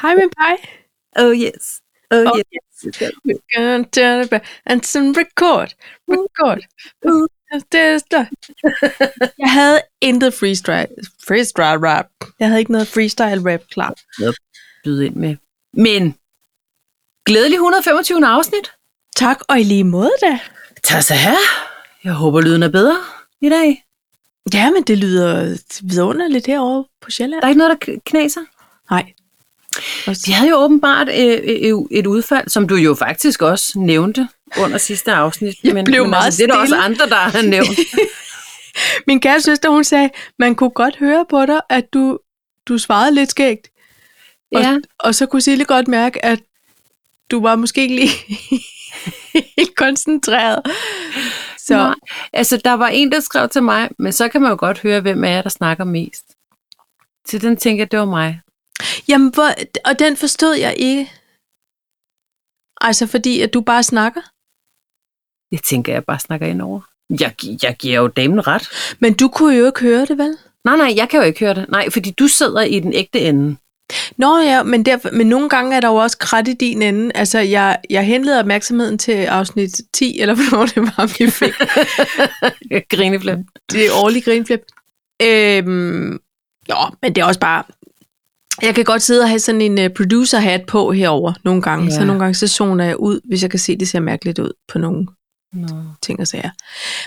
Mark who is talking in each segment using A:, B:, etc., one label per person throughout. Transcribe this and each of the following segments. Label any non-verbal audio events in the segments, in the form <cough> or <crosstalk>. A: Hi, Senpai.
B: Oh yes. Oh,
A: Oh,
B: yes. yes.
A: We're gonna turn it back and some record. Record.
B: Uh.
A: Det er slut. Jeg havde intet freestyle, freestyle rap. Jeg havde ikke noget freestyle rap klar.
B: Byde ind med. Men glædelig 125. afsnit.
A: Tak, og i lige måde da.
B: Tag så her. Jeg håber, lyden er bedre i dag.
A: Ja, men det lyder vidunderligt herovre på Sjælland.
B: Der er ikke noget, der knaser.
A: Nej.
B: De havde jo åbenbart øh, øh, et udfald, som du jo faktisk også nævnte under sidste afsnit.
A: Jeg blev meget
B: altså, Det er der også
A: stille.
B: andre, der har
A: <laughs>
B: nævnt.
A: Min kære søster, hun sagde, man kunne godt høre på dig, at du, du svarede lidt skægt. Og,
B: ja.
A: og så kunne Sille godt mærke, at du var måske ikke lige <laughs> helt koncentreret. Så
B: Nej. Altså, der var en, der skrev til mig, men så kan man jo godt høre, hvem af jer, der snakker mest. Så den tænker jeg, det var mig.
A: Jamen, hvor, og den forstod jeg ikke. Altså, fordi at du bare snakker.
B: Det tænker jeg bare snakker ind over. Jeg, gi- jeg giver jo damen ret.
A: Men du kunne jo ikke høre det, vel?
B: Nej, nej, jeg kan jo ikke høre det. Nej, fordi du sidder i den ægte ende.
A: Nå ja, men, derfor, men nogle gange er der jo også krat i din ende. Altså, jeg, jeg henleder opmærksomheden til afsnit 10, eller <laughs> hvornår det var, vi fik
B: Grineflip.
A: det årlige grinflip. Øhm, nå, men det er også bare... Jeg kan godt sidde og have sådan en øh, producer-hat på herover nogle gange. Ja. Så
B: Ja.
A: nogle gange så zoner jeg ud, hvis jeg kan se, at det ser mærkeligt ud på nogle
B: No.
A: ting og sager.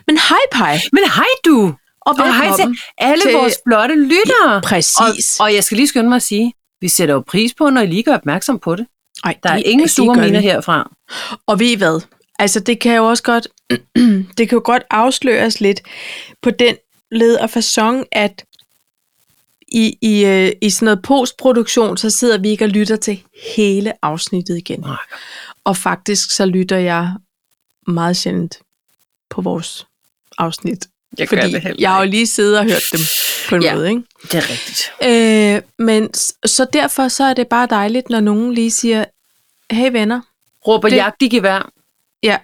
A: Men hej, Pej,
B: Men hej du,
A: og
B: Og hej
A: velkommen.
B: alle
A: Til-
B: til... vores flotte lyttere.
A: Præcis.
B: Og, og jeg skal lige skynde mig at sige, vi sætter jo pris på, når I lige gør opmærksom på det.
A: Ej,
B: Der er
A: det-
B: ingen
A: det
B: sure
A: gør
B: miner
A: vi.
B: herfra.
A: Og ved I hvad? Altså, det kan jo også godt, <clears throat> det kan jo godt afsløres lidt på den led og fasong, at i, i, øh, i sådan noget postproduktion, så sidder vi ikke og lytter til hele afsnittet igen.
B: Nej.
A: Og faktisk så lytter jeg meget sjældent på vores afsnit.
B: Jeg
A: fordi jeg har jo lige siddet og hørt dem på en ja.
B: Ja.
A: måde, ikke?
B: Det er rigtigt.
A: Øh, men s- så derfor så er det bare dejligt, når nogen lige siger, hey venner,
B: Råber
A: Det-
B: det... jagt i gevær.
A: Ja.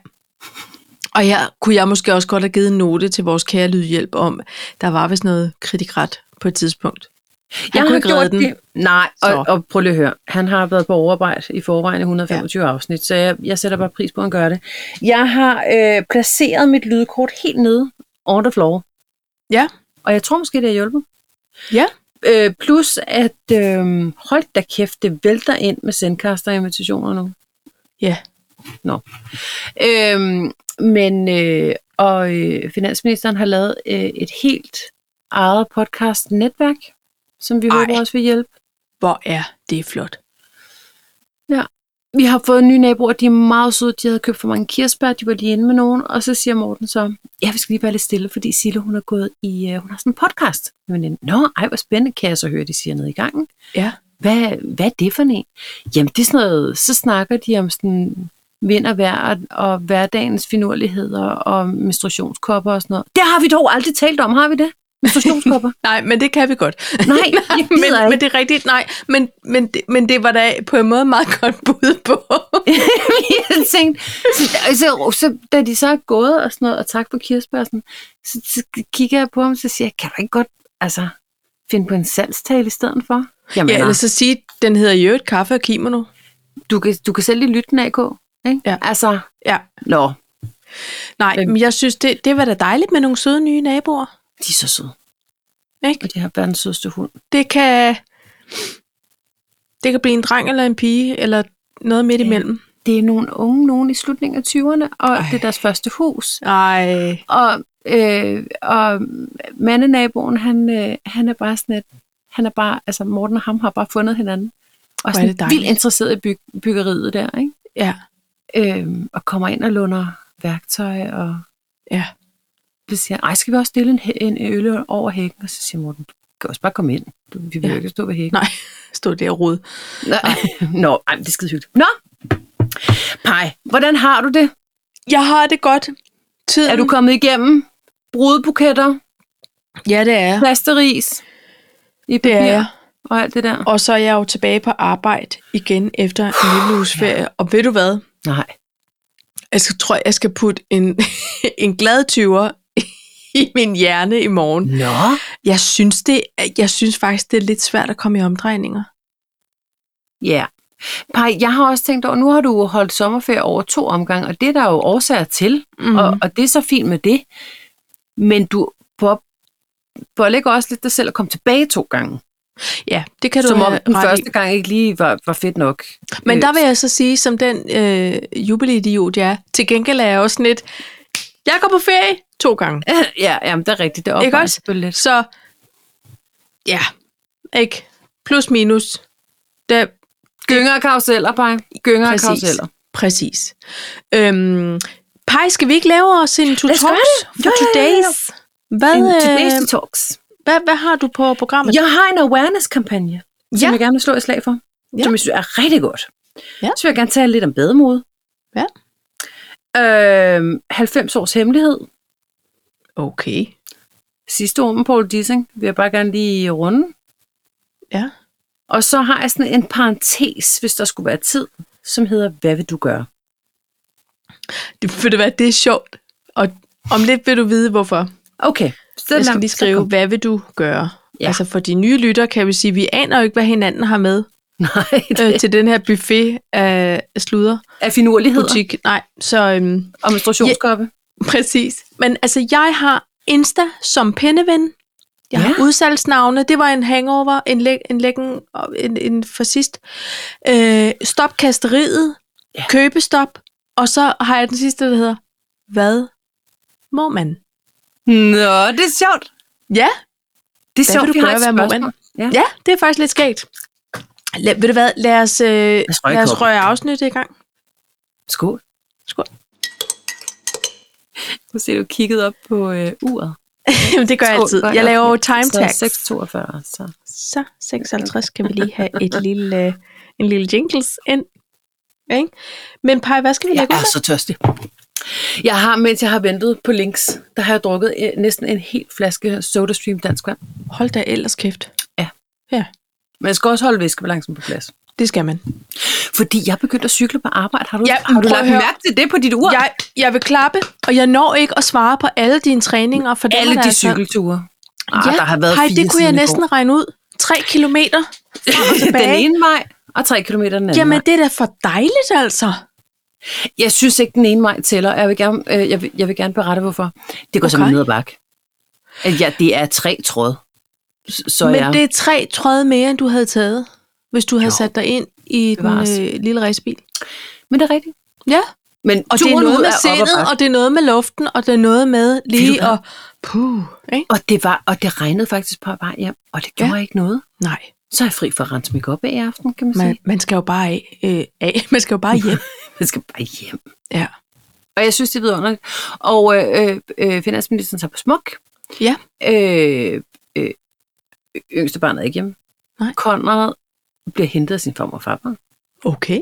A: Og her kunne jeg måske også godt have givet en note til vores kære lydhjælp om, der var vist noget kritikret på et tidspunkt. Han jeg kunne ikke redde den. Det.
B: det. Nej,
A: Så.
B: og, og prøv lige at høre. Han har været på overarbejde i forvejen i 125 ja. afsnit, så jeg, jeg sætter bare pris på, at han gør det. Jeg har øh, placeret mit lydkort helt nede on the floor.
A: Ja.
B: Og jeg tror måske, det har hjulpet.
A: Ja.
B: Øh, plus at, øh, hold da kæft, det vælter ind med sendkaster-invitationer nu.
A: Ja.
B: Øhm, men, øh, og øh, finansministeren har lavet øh, et helt eget podcast-netværk, som vi
A: Ej.
B: Ej. håber også vil hjælpe.
A: Hvor er det flot.
B: Vi har fået nye naboer, de er meget søde, de havde købt for mange kirsebær, de var lige inde med nogen, og så siger Morten så, ja, vi skal lige være lidt stille, fordi Sille, hun har gået i, øh, hun har sådan en podcast. Men, Nå, ej, hvor spændende, kan jeg så høre, de siger nede i gangen.
A: Ja.
B: Hvad, hvad er det for en? Jamen, det er sådan noget, så snakker de om sådan vind og vejr, og- og hverdagens finurligheder, og menstruationskopper og sådan noget. Det har vi dog aldrig talt om, har vi det? Menstruationskopper?
A: Nej, men <laughs> det kan vi godt.
B: Nej, jeg
A: men,
B: gider
A: men
B: ikke.
A: det er rigtigt, nej. Men, men, det, men det var da på en måde meget godt bud <laughs> på.
B: <laughs> jeg tænkte, så, så, så, da de så er gået og sådan noget, og tak for kirsebørsen, så, så kigger jeg på ham, så siger jeg, kan du ikke godt altså, finde på en salgstale i stedet for? Jamen,
A: ja,
B: ja,
A: eller så sige, den hedder jo et kaffe og kimono.
B: du, kan, du kan selv lige lytte den AK, ikke?
A: Ja.
B: Altså,
A: Ja.
B: nå,
A: Nej,
B: Men-
A: men jeg synes, det, det var da dejligt med nogle søde nye naboer.
B: de er så søde,
A: Ikke?
B: og de har verdens sødeste hund.
A: Det kan, det kan blive en dreng eller en pige, eller noget midt imellem.
B: Det er nogle unge, nogen i slutningen af 20'erne, og
A: Ej.
B: Ej. det er deres første hus.
A: Ej.
B: Og, øh, og mandenaboen, han, øh, han er bare sådan et, han er bare, altså Morten og ham har bare fundet hinanden.
A: Hvor
B: Og
A: er
B: sådan
A: det dejligt.
B: vildt interesseret i byg, byggeriet der, ikke?
A: Ja,
B: Øhm, og kommer ind og låner værktøj, og
A: ja.
B: så siger han, ej, skal vi også stille en, hæ- en øl over hækken? Og så siger Morten, du kan også bare komme ind. Du, vi vil
A: Ja.
B: ja. ikke stå
A: <laughs>
B: ved hækken.
A: Nej, stod der og rode.
B: Nå, <laughs> Nå ej, det er skide hyggeligt. Nå, Pej, hvordan har du det?
A: Jeg har det godt. Tiden.
B: Er du kommet igennem? Brudebuketter,
A: Ja, det er jeg.
B: plasteris i
A: Det
B: papir
A: er jeg.
B: og alt det der?
A: Og så er jeg jo tilbage på arbejde igen efter en lille uges ferie. Og ved du hvad?
B: Nej.
A: Jeg skal, tror, jeg skal putte en, <laughs> en glad tyver i min hjerne i morgen.
B: Nå.
A: Jeg synes, det, jeg synes faktisk, det er lidt svært at komme i omdrejninger.
B: Ja. Paj, jeg har også tænkt over, nu har du holdt sommerferie over to omgange, og det er der jo årsager til,
A: Mm.
B: mm. og, og det er så fint med det. Men du pålægger også lidt dig selv at komme tilbage to gange,
A: ja, det kan du
B: som om
A: have
B: den
A: ret i.
B: første gang ikke lige var, var fedt nok.
A: Men
B: Øh,
A: der vil jeg så sige, som den øh, jubelidiot, jeg er, til gengæld er jeg også sådan lidt, jeg går på ferie to gange.
B: Øh, <laughs> ja, jamen, det er rigtigt. Det
A: Ikke
B: opvejer
A: også?
B: selvfølgelig lidt.
A: Så ja, ikke? Plus minus. Det,
B: Gynger og karuseller, Paj. Gynger og
A: Præcis.
B: karuseller.
A: præcis. Øhm, Pej, skal vi ikke lave os en to
B: Lad os gøre
A: talks
B: det.
A: for
B: Jo, jo, jo, jo.
A: today's? Hvad,
B: En
A: øh,
B: today's talks.
A: hvad, hvad har du på programmet?
B: Jeg har en awareness-kampagne, som
A: Ja.
B: jeg gerne vil slå et slag for,
A: Ja.
B: ja. som jeg synes er rigtig godt.
A: Ja.
B: Så vil jeg gerne tale lidt om bademode.
A: Ja.
B: Øhm, 90 års hemmelighed.
A: Okay.
B: Sidste år med Paul Dissing vil jeg bare gerne lige runde.
A: Ja.
B: Og så har jeg sådan en parentes, hvis der skulle være tid, som hedder, hvad vil du gøre?
A: Det, ved du hvad, det er sjovt. Og om lidt vil du vide, hvorfor.
B: Okay. Så
A: Jeg skal
B: lad-
A: lige
B: så
A: skrive,
B: kom.
A: hvad vil du gøre? Ja.
B: Ja.
A: Altså for de nye lytter kan vi sige, at vi aner jo ikke, hvad hinanden har
B: <laughs>
A: med
B: <laughs> Nej,
A: øh,
B: det
A: til den her buffet af sludder.
B: er finurligheder
A: Butik. Nej, så øhm,
B: og menstruationskoppe.
A: Præcis. Men altså, jeg har Insta som pindeven. Jeg har
B: Ja.
A: udsalgsnavne. Det var en hangover, en, læ- en lækken, og en, en for sidst. Øh, stop kasteriet.
B: Ja.
A: Købestop. Og så har jeg den sidste, der hedder, hvad må man?
B: Nå, det er sjovt.
A: Ja,
B: Det er
A: Hvad
B: sjovt,
A: vil du
B: vi har
A: gøre,
B: et
A: hvad må man?
B: spørgsmål. Ja.
A: ja det er faktisk lidt skægt. La- ved du hvad, lad os, øh, lad
B: os
A: os,
B: røre i
A: lad os
B: koppen.
A: røre afsnittet i gang. <laughs>
B: Skål.
A: Skål.
B: Nu ser du kigget op på øh, uret.
A: Jamen, det gør jeg
B: Skål,
A: altid.
B: gør
A: Jeg
B: jeg.
A: laver jo time tags.
B: Så 6.42. Så.
A: Så 56 kan vi lige have
B: <laughs>
A: et lille, øh, en lille jingles ind. Ikke? Men Paj, hvad skal vi
B: Jeg
A: lægge ud
B: er så tørstig. Jeg har, mens jeg har ventet på links, der har jeg drukket øh, næsten en hel flaske SodaStream dansk vand.
A: med? Hold da ellers kæft.
B: Men jeg skal også holde væskebalancen på plads.
A: Det skal man.
B: Fordi jeg er begyndt at cykle på arbejde. Har du,
A: Ja,
B: har du
A: prøv at
B: lagt
A: høre.
B: mærke til det på dit ur?
A: Jeg, jeg vil klappe, og jeg når ikke at svare på alle dine træninger. For dem
B: Alle
A: er der
B: de
A: altså-
B: cykelture. Ah,
A: Ja,
B: der har været
A: Paj,
B: fire
A: det kunne jeg
B: siden i
A: næsten
B: går.
A: regne ud. 3 kilometer frem og tilbage.
B: <laughs> den ene vej, og tre kilometer den anden
A: Jamen, det er da for dejligt, altså.
B: Jeg synes ikke, den ene vej tæller. og Jeg vil gerne, øh, jeg vil, jeg vil gerne berette, hvorfor. Det går
A: Okay.
B: okay. simpelthen ned ad bakke. At Ja, det er tre tråd. S- Så
A: Men
B: jeg,
A: det er tre tråd mere, end du havde taget, hvis du havde
B: Jo.
A: sat dig ind i den
B: Bevares.
A: øh, lille racebil.
B: men det er rigtigt.
A: Ja.
B: Men
A: Og det er
B: turen
A: noget
B: ud
A: med
B: op ad
A: sindet,
B: bakke.
A: og det er noget med luften, og det er noget med
B: Ved du
A: lige
B: hvad?
A: at... Puh, ikke?
B: Og det, var, og det regnede faktisk på vej hjem, og det gjorde ja. ikke noget.
A: Nej,
B: Så er jeg fri for at rense mig op af i aften, kan man, man.
A: man,
B: sige.
A: man skal jo bare af, øh, af. <laughs> Man skal jo bare hjem.
B: Man skal bare hjem.
A: Ja.
B: Og jeg synes, det er vidunderligt. Og øh, øh, øh, finansministeren tager på smuk.
A: Ja.
B: Øh, øh, yngste barn er ikke hjemme.
A: Nej.
B: Konrad bliver hentet af sin farmor og farfar.
A: Okay.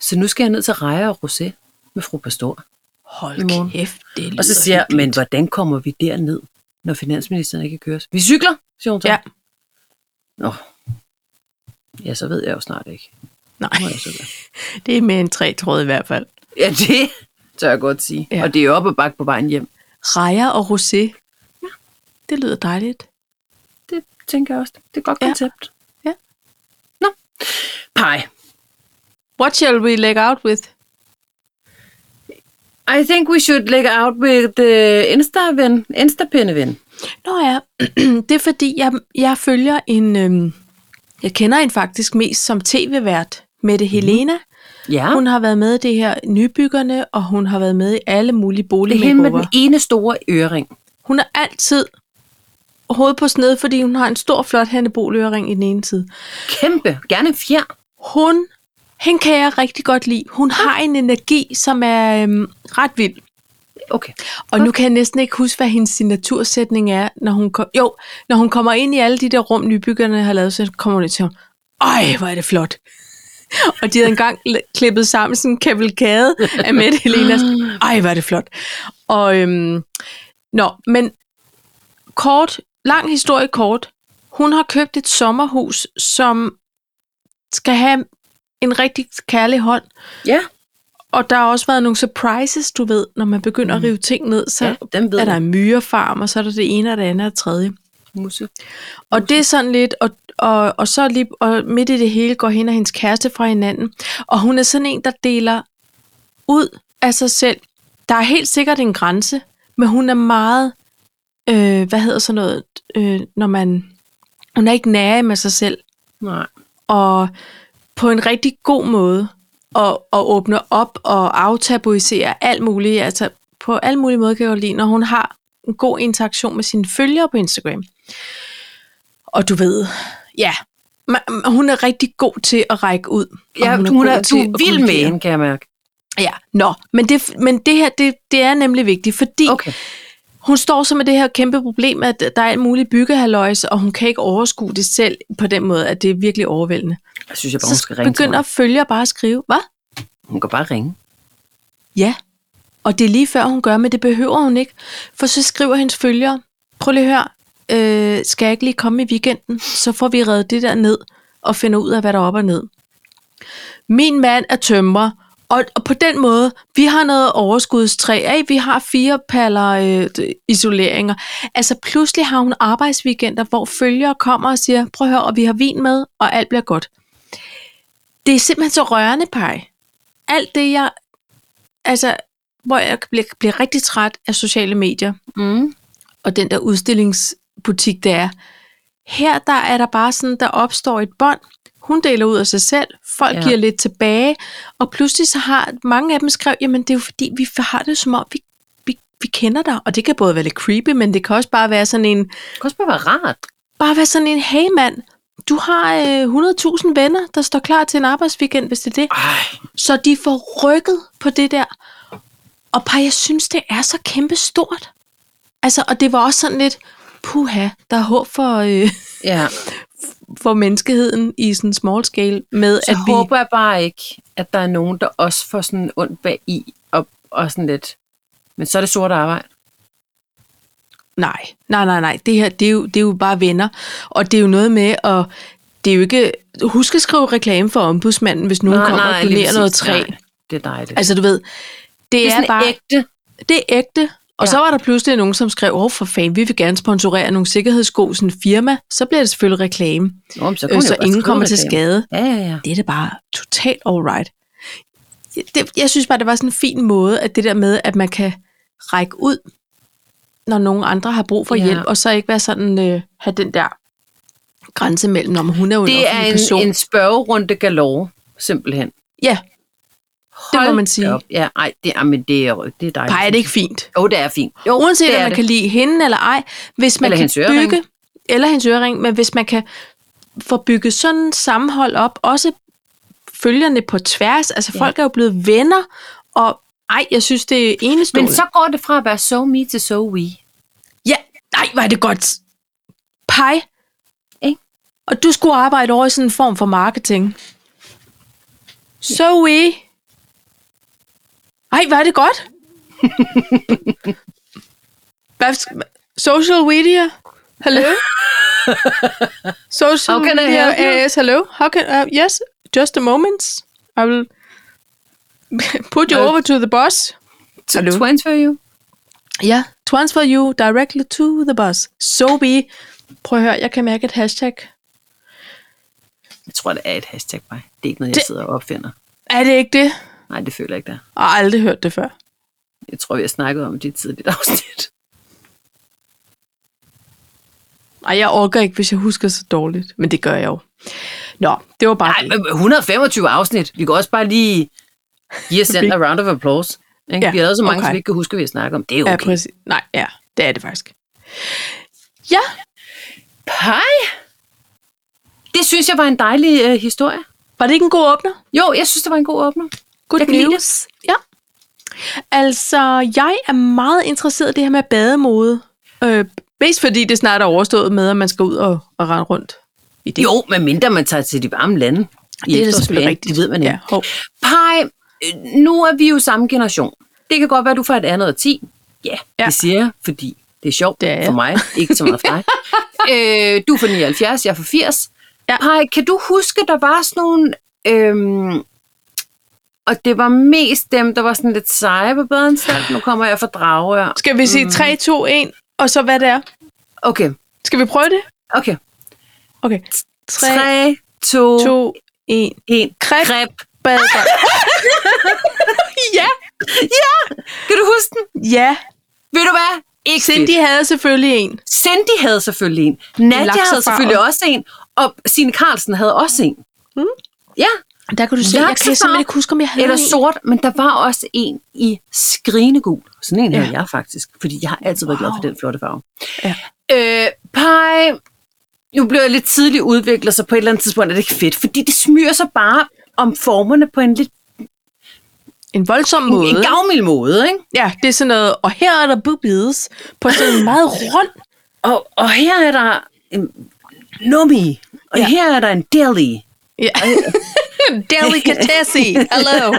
B: Så nu skal jeg ned til Reja og Rosé med fru Pastor. I morgen.
A: Hold kæft, det lyder
B: Og så siger jeg,
A: hyggeligt.
B: men hvordan kommer vi derned, når finansministeren ikke kører? Vi cykler, siger hun så.
A: Ja.
B: Nå. Ja, så ved jeg jo snart ikke.
A: Nej,
B: Må jeg så gøre.
A: det er mere end tre tråd i hvert fald.
B: ja, det tør jeg godt sige.
A: Ja.
B: Ja. Og det er jo op ad bakke på vejen hjem.
A: Rejer og rosé. Ja. Det lyder dejligt.
B: Det tænker jeg også. Det er et godt
A: Ja.
B: koncept.
A: Ja.
B: Nå. Pej.
A: What shall we leg out with?
B: I think we should leg out with the Insta-ven. Insta-pindeven.
A: Nå ja, <clears throat> det er fordi, jeg, jeg følger en... Øhm, jeg kender en faktisk mest som tv-vært, Mette Helena.
B: Ja.
A: Hun har været med i det her Nybyggerne, og hun har været med i alle mulige
B: det er hende med
A: boligmakeover.
B: den ene store ørering.
A: Hun er altid hovedet på sned, fordi hun har en stor, flot hanneboløring i den ene side.
B: Kæmpe. Gerne en fjer.
A: Hun, hende kan jeg rigtig godt lide. Hun har en energi, som er øhm, ret vild.
B: Okay.
A: Og nu kan jeg næsten ikke huske, hvad hendes signatursætning er, når hun, kom, jo, når hun kommer ind i alle de der rum, nybyggerne har lavet, så kommer hun ind til ham. Ej, hvor er det flot. <laughs> og de havde engang l- klippet sammen sådan en kavalkade af
B: <laughs>
A: Mette Helenas. Ej, hvor er det flot. Og, øhm, nå, men kort, lang historie kort. Hun har købt et sommerhus, som skal have en rigtig kærlig hånd,
B: Ja.
A: og der har også været nogle surprises, du ved, når man begynder mm. at rive ting ned, så
B: Ja, dem ved
A: er der
B: jeg.
A: en myrefarm, og så er der det ene og det andet og det tredje.
B: musse.
A: Og det er sådan lidt, og, og, og så lige, og midt i det hele går hende og hendes kæreste fra hinanden. Og hun er sådan en, der deler ud af sig selv. Der er helt sikkert en grænse, men hun er meget, øh, hvad hedder sådan noget, øh, når man, hun er ikke nære med sig selv,
B: Nej.
A: og på en rigtig god måde, og, og åbner op og aftabuiserer alt muligt, altså på alle mulige måder kan jeg jo lide, når hun har en god interaktion med sine følgere på Instagram. Og du ved, ja, ma- ma- hun er rigtig god til at række ud. og
B: Ja, hun, hun er,
A: god
B: du
A: til
B: er
A: at
B: vild med
A: kommunikere.
B: hende, kan jeg mærke.
A: Ja, nå, men det, men det her, det, det er nemlig vigtigt, fordi okay.
B: Okay.
A: hun står så med det her kæmpe problem, at der er alt muligt byggehalløjs, og hun kan ikke overskue det selv på den måde, at det er virkelig overvældende.
B: Jeg synes, jeg bare, hun
A: Så
B: skal ringe til
A: begynder følger bare at skrive, hvad?
B: mig. Hun kan bare ringe.
A: Ja, og det er lige før, hun gør, men det behøver hun ikke. For så skriver hendes følgere, prøv lige at høre, øh, skal jeg ikke lige komme i weekenden? Så får vi reddet det der ned og finder ud af, hvad der er op og ned. Min mand er tømrer, og, og på den måde, vi har noget overskudstræ, af, vi har fire paller øh, d- isoleringer. Altså pludselig har hun arbejdsweekender, hvor følgere kommer og siger, prøv at høre, og vi har vin med, og alt bliver godt. Det er simpelthen så rørende, Paj. Alt det, jeg altså, hvor jeg bliver, bliver rigtig træt af sociale medier,
B: Mm.
A: og den der udstillingsbutik, der er. Her der er der bare sådan, der opstår et bånd. Hun deler ud af sig selv, folk
B: Ja.
A: ja. giver lidt tilbage, og pludselig så har mange af dem skrevet, jamen det er jo fordi, vi har det som om, vi, vi, vi kender dig, og det kan både være lidt creepy, men det kan også bare være sådan en,
B: Det kan også bare være rart.
A: bare være sådan en, hey mand, du har øh, 100.000 venner, der står klar til en arbejdsweekend, hvis det er det.
B: Ej.
A: Så de får rykket på det der. Og par, jeg synes, det er så kæmpe stort. Altså, og det var også sådan lidt, puha, der er håb for, øh,
B: Ja.
A: for menneskeheden i sådan small scale, med
B: Så
A: at vi...
B: håber jeg bare ikke, at der er nogen, der også får sådan ondt bag i og, og sådan lidt. Men så er det sort arbejde.
A: Nej, nej, nej, nej. Det her, det er, jo, det er jo bare venner. Og det er jo noget med at... Det er jo ikke... Husk at skrive reklame for ombudsmanden, hvis nogen kommer og
B: lige
A: donerer
B: præcis.
A: noget træ.
B: Nej, det er dejligt.
A: Altså, du ved, det,
B: det er sådan
A: bare...
B: ægte.
A: det er ægte. Og ja.
B: Ja.
A: så var der pludselig nogen, som skrev, åh oh, for fanden, vi vil gerne sponsorere nogle sikkerhedssko, sådan en firma. Så bliver det selvfølgelig reklame,
B: Nå, men så,
A: øh,
B: kunne jeg
A: så
B: jo bare
A: ingen
B: skrive
A: kommer til
B: reklame.
A: skade.
B: Ja, ja, ja.
A: Det er da bare totalt alright. Det, jeg synes bare, det var sådan en fin måde, at det der med, at man kan række ud, når nogen andre har brug for
B: Ja.
A: ja. hjælp, og så ikke være sådan, øh, have den der grænse mellem, om hun er jo en
B: Det er
A: offentlig person.
B: en, en spørgerunde galore, simpelthen.
A: Ja, det må
B: Hold
A: man sige.
B: da op. Ja, ej, det, ej, men det er, det er dejligt.
A: Pej, er det ikke fint?
B: Jo, det er fint. Jo,
A: Uanset
B: det
A: om
B: er
A: man
B: det.
A: kan lide hende eller ej, hvis man
B: Eller hendes
A: kan
B: ørering.
A: bygge, eller hendes ørering, men hvis man kan få bygget sådan en sammenhold op, også følgerne på tværs, altså
B: Ja.
A: ja. folk er jo blevet venner, og ej, jeg synes, det er enestående.
B: Men så går det fra at være so me til so we.
A: Ja, nej, var det godt. Pej.
B: Ikke?
A: Og du skulle arbejde over i sådan en form for marketing. So we. Ej, var det
B: <laughs>
A: godt. Hvad sk- Social media. Hello. Social
B: How can I
A: media
B: help you?
A: AS, hello. How can uh, yes, just a moment. I will <laughs> put you
B: I'll-
A: over to the boss.
B: To
A: Hallo.
B: transfer you.
A: Ja, transfer you directly to the bus. So be. Prøv at høre, jeg kan mærke et hashtag.
B: Jeg tror, det er et hashtag bare. Det er ikke noget, jeg
A: Det-
B: sidder og opfinder.
A: Er det ikke det?
B: Nej, det føler jeg ikke, der.
A: Jeg har aldrig hørt det før.
B: Jeg tror, vi har snakket om det i et tidligt <laughs> afsnit.
A: Ej, jeg orker ikke, hvis jeg husker så dårligt. Men det gør jeg jo. Nå, det var bare
B: Nej,
A: det.
B: men 125 afsnit. Vi kan også bare lige give os selv a round of applause. Ikke? Ja,
A: Ja,
B: vi har lavet så mange, okay.
A: okay.
B: som vi ikke kan huske, hvad vi har snakket om. Det er
A: Ja,
B: okay.
A: præcis. Nej, ja, det er det faktisk. Ja,
B: Pej! Det synes jeg var en dejlig øh, historie.
A: var det ikke en god åbner?
B: Jo, jeg synes, det var en god åbner.
A: Good
B: Jeg kan lide det.
A: news. Ja. Altså, jeg er meget interesseret i det her med bademode. Øh, mest fordi det snart er overstået med, at man skal ud og, og rende rundt i det.
B: Jo, medmindre man tager til de varme lande. i
A: det er da
B: efterårsferien.
A: selvfølgelig rigtigt.
B: Det ved man ikke.
A: Ja, hov.
B: Pej, øh, nu er vi jo samme generation. Det kan godt være, du får et andet årti. Ja, ja,
A: Ja.
B: det siger jeg, fordi det er sjovt
A: Det er jeg.
B: for mig. Ikke så meget for
A: <laughs>
B: dig. øh, du er fra 79, jeg er fra 80. Ja.
A: Ja.
B: Pej, kan du huske, der var sådan nogle... Øhm, og det var mest dem, der var sådan lidt seje på
A: Mhm.
B: badeanstalt. Nu kommer jeg fra Dragør.
A: Skal vi sige 3, 2, 1, og så hvad det er?
B: Okay,
A: Skal vi prøve det?
B: Okay.
A: Okay. 3,
B: 3, 2, 2
A: 2, 1.
B: 1.
A: Kreb,
B: Greb.
A: bad, bad. ja,
B: Kan du huske den?
A: ja.
B: Ved du hvad? Ikke
A: Cindy havde selvfølgelig en.
B: Cindy havde selvfølgelig en. Nadja havde
A: laksefarvet.
B: selvfølgelig også en. Og Signe Carlsen havde også en.
A: Mm.
B: Ja,
A: Der kan du se, jeg kan
B: Laksefarve.
A: simpelthen ikke huske, om jeg havde
B: eller
A: en.
B: sort, men der var også en i skrigenegul. Sådan en
A: Ja.
B: ja. havde jeg faktisk, fordi jeg har altid været glad for
A: Wow.
B: den flotte farve.
A: Ja.
B: Øh, pie, nu bliver jeg lidt tidligt udviklet, så på et eller andet tidspunkt er det ikke fedt, fordi det smyger sig bare om formerne på en lidt
A: En voldsom måde.
B: en gavmild måde. Ikke?
A: Ja, det er sådan noget, og her er der boobies på sådan en meget rund.
B: Og, og her er der en nummi, og
A: Ja.
B: ja. her er der en deli.
A: Ja. <laughs> Delicatessen. <laughs> Hello.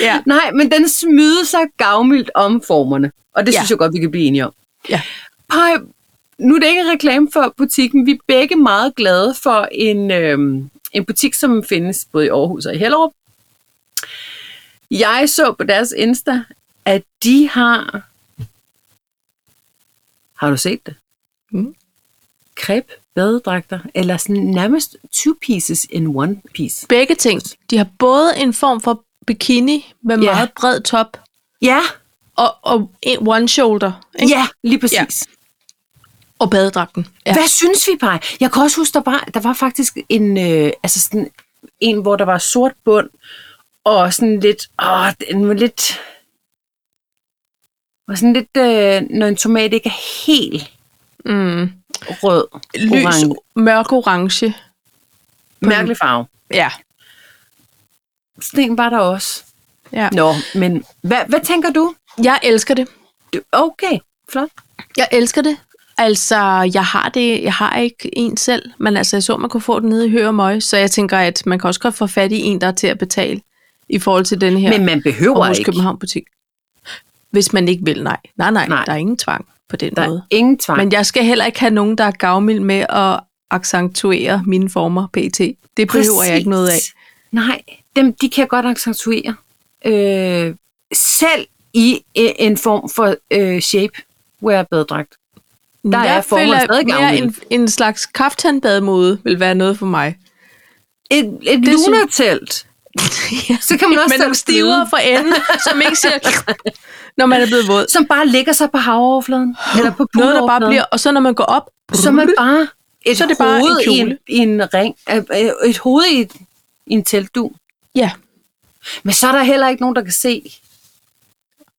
A: ja.
B: Nej, men den smider sig gavmildt om formerne. Og det
A: Ja.
B: ja. synes jeg godt, vi kan blive enige om.
A: Ja.
B: Pej, nu er det ikke en reklame for butikken. Vi er begge meget glade for en, øhm, en butik, som findes både i Aarhus og i Hellerup. Jeg så på deres Insta, at de har... Har du set det?
A: Mm.
B: Kreb, badedragter, eller sådan nærmest two pieces in one piece.
A: Begge ting. De har både en form for bikini med
B: Ja.
A: meget bred top
B: Ja,
A: og, og en one shoulder ikke?
B: ja, lige præcis.
A: og badedragten. Ja.
B: Ja. Hvad synes vi bare? Jeg kan også huske, der var, der var faktisk en, øh, altså sådan, en, hvor der var sort bund, og sådan lidt, åh, den var lidt, var sådan lidt, øh, når en tomat ikke er helt
A: Mm.
B: rød,
A: Lys,
B: Orange.
A: mørk orange.
B: mærkelig farve.
A: Ja.
B: Sådan en var der også.
A: ja.
B: Nå, men hvad, hvad tænker du?
A: Jeg elsker det.
B: Du- Okay, flot.
A: Jeg elsker det. Altså, jeg har det, jeg har ikke en selv, men altså, jeg så, man kunne få den nede i Hør og Møg, så jeg tænker, at man kan også godt få fat i en, der er til at betale i forhold til den her
B: Ja. Men man behøver
A: Aarhus
B: ikke.
A: København butik. Hvis man ikke vil, nej. Nej, nej, nej.
B: Nej.
A: der er ingen tvang på den
B: Der
A: måde.
B: er ingen tvang. Men,
A: Men jeg skal heller ikke have nogen, der er gavmild med at accentuere mine former pt. Det behøver jeg ikke noget af.
B: Nej, dem, de kan godt accentuere. Øh, selv i øh, en form for øh, shape, wear badedragt. Der
A: jeg
B: er former
A: føler,
B: stadig
A: mere en,
B: gavmilde.
A: en slags kaftanbademode vil være noget for mig.
B: Et, et
A: Det synes-
B: lunatelt.
A: ja.
B: Så
A: <laughs>
B: kan man også
A: Med nogle stiver
B: selv stiver,
A: for enden, som ikke siger, <laughs> når man er blevet våd.
B: som bare ligger sig på
A: <gasps>
B: havoverfladen. eller på
A: Noget, der bare
B: buloverfladen.
A: bliver, og så når man går op,
B: Så er man bare et
A: Så er det
B: det
A: bare en
B: hoved bare en
A: kjole.
B: i, en, i en ring. øh, øh, Et hoved i, et- i en teltdu.
A: ja,
B: Men så er der heller ikke nogen, der kan se,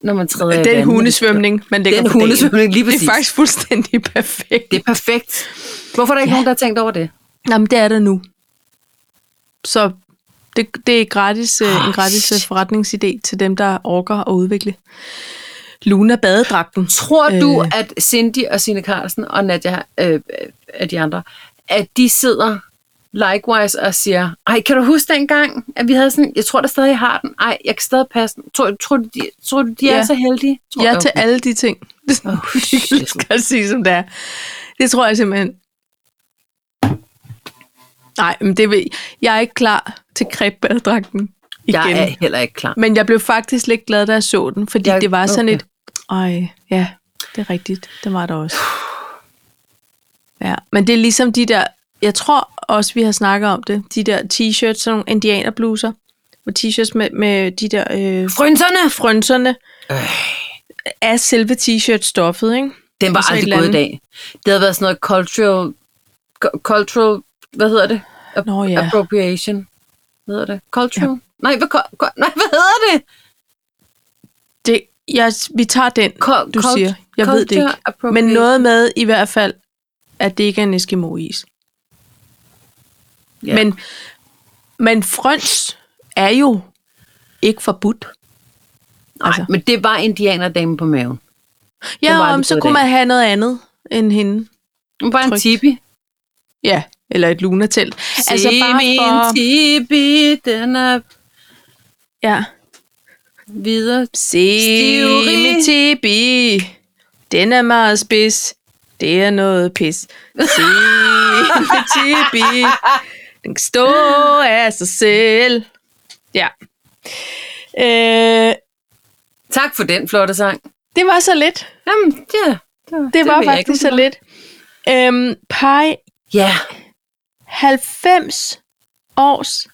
B: når man træder i
A: den
B: vandet.
A: hundesvømning, man lægger
B: Den
A: på dagen.
B: hundesvømning, lige
A: Det
B: præcis.
A: er faktisk fuldstændig perfekt.
B: Det er perfekt. Hvorfor er der ikke ja. nogen, der har tænkt over det?
A: Jamen, det er der nu. Så det, det er gratis, oh, en gratis øh,
B: Ah, shit.
A: forretningsidé til dem, der orker at udvikle Luna badedragten.
B: Tror du, øh. at Cindy og Sine Carlsen og Nadia, øh, af de andre, at de sidder likewise og siger, ej, kan du huske dengang, at vi havde sådan, jeg tror, der stadig jeg har den. Ej, jeg kan stadig passe den. Tror, tror, du, de, tror du, de ja.
A: Ja.
B: er så heldige? Tror
A: Ja
B: du?
A: til alle de ting. <laughs> Det
B: Åh, shit.
A: skal jeg sige, som det er. Det tror jeg simpelthen. Nej, men det vil jeg er ikke klar til krebbadedragten igen. Mm.
B: Jeg er heller ikke klar.
A: Men jeg blev faktisk lidt glad, da jeg så den, fordi
B: Jeg-
A: det var sådan
B: okay.
A: et, ej, ja, det er rigtigt, det var der
B: <sighs>
A: også. Ja, men det er ligesom de der, jeg tror også, vi har snakket om det, de der t-shirts, sådan nogle indianerbluser, og t-shirts med, med de der øh,
B: Frynserne!
A: frynserne
B: Øh.
A: af selve t-shirt-stoffet, ikke?
B: Den var
A: Og så et
B: aldrig
A: eller
B: god i
A: andet.
B: dag. Det havde været sådan noget cultural, co- cultural hvad hedder det? Ap-
A: Nå, ja.
B: Appropriation. Hvad hedder det? Cultural? Ja. Nej, hvad, ko- ko- nej, hvad hedder det?
A: Det, jeg, vi tager den,
B: Col-
A: du
B: cult-
A: siger. Jeg ved det
B: culture
A: ikke. Men noget med i hvert fald, at det ikke er en Eskimo-is.
B: Ja.
A: Men, men frøns er jo ikke forbudt.
B: Nej,
A: altså.
B: altså. men det var indianerdamen på maven. var
A: Ja,
B: aldrig
A: om så
B: blevet
A: kunne
B: det.
A: man have noget andet end hende.
B: Hun var en
A: Trygt.
B: tibi.
A: Ja, eller et lunatelt. Altså bare for...
B: tibi, den er
A: Ja.
B: videre.
A: Se
B: Stivri.
A: min tibi. Den er meget spids. Det er noget pis. Se min tibi. Den kan stå af sig selv. Ja. Øh,
B: Tak for den flotte sang.
A: det var så lidt.
B: Jamen, ja.
A: Det, det var
B: ved jeg ikke, om
A: faktisk så
B: var.
A: lidt. Øhm, Pai,
B: Ja, 90
A: 90 års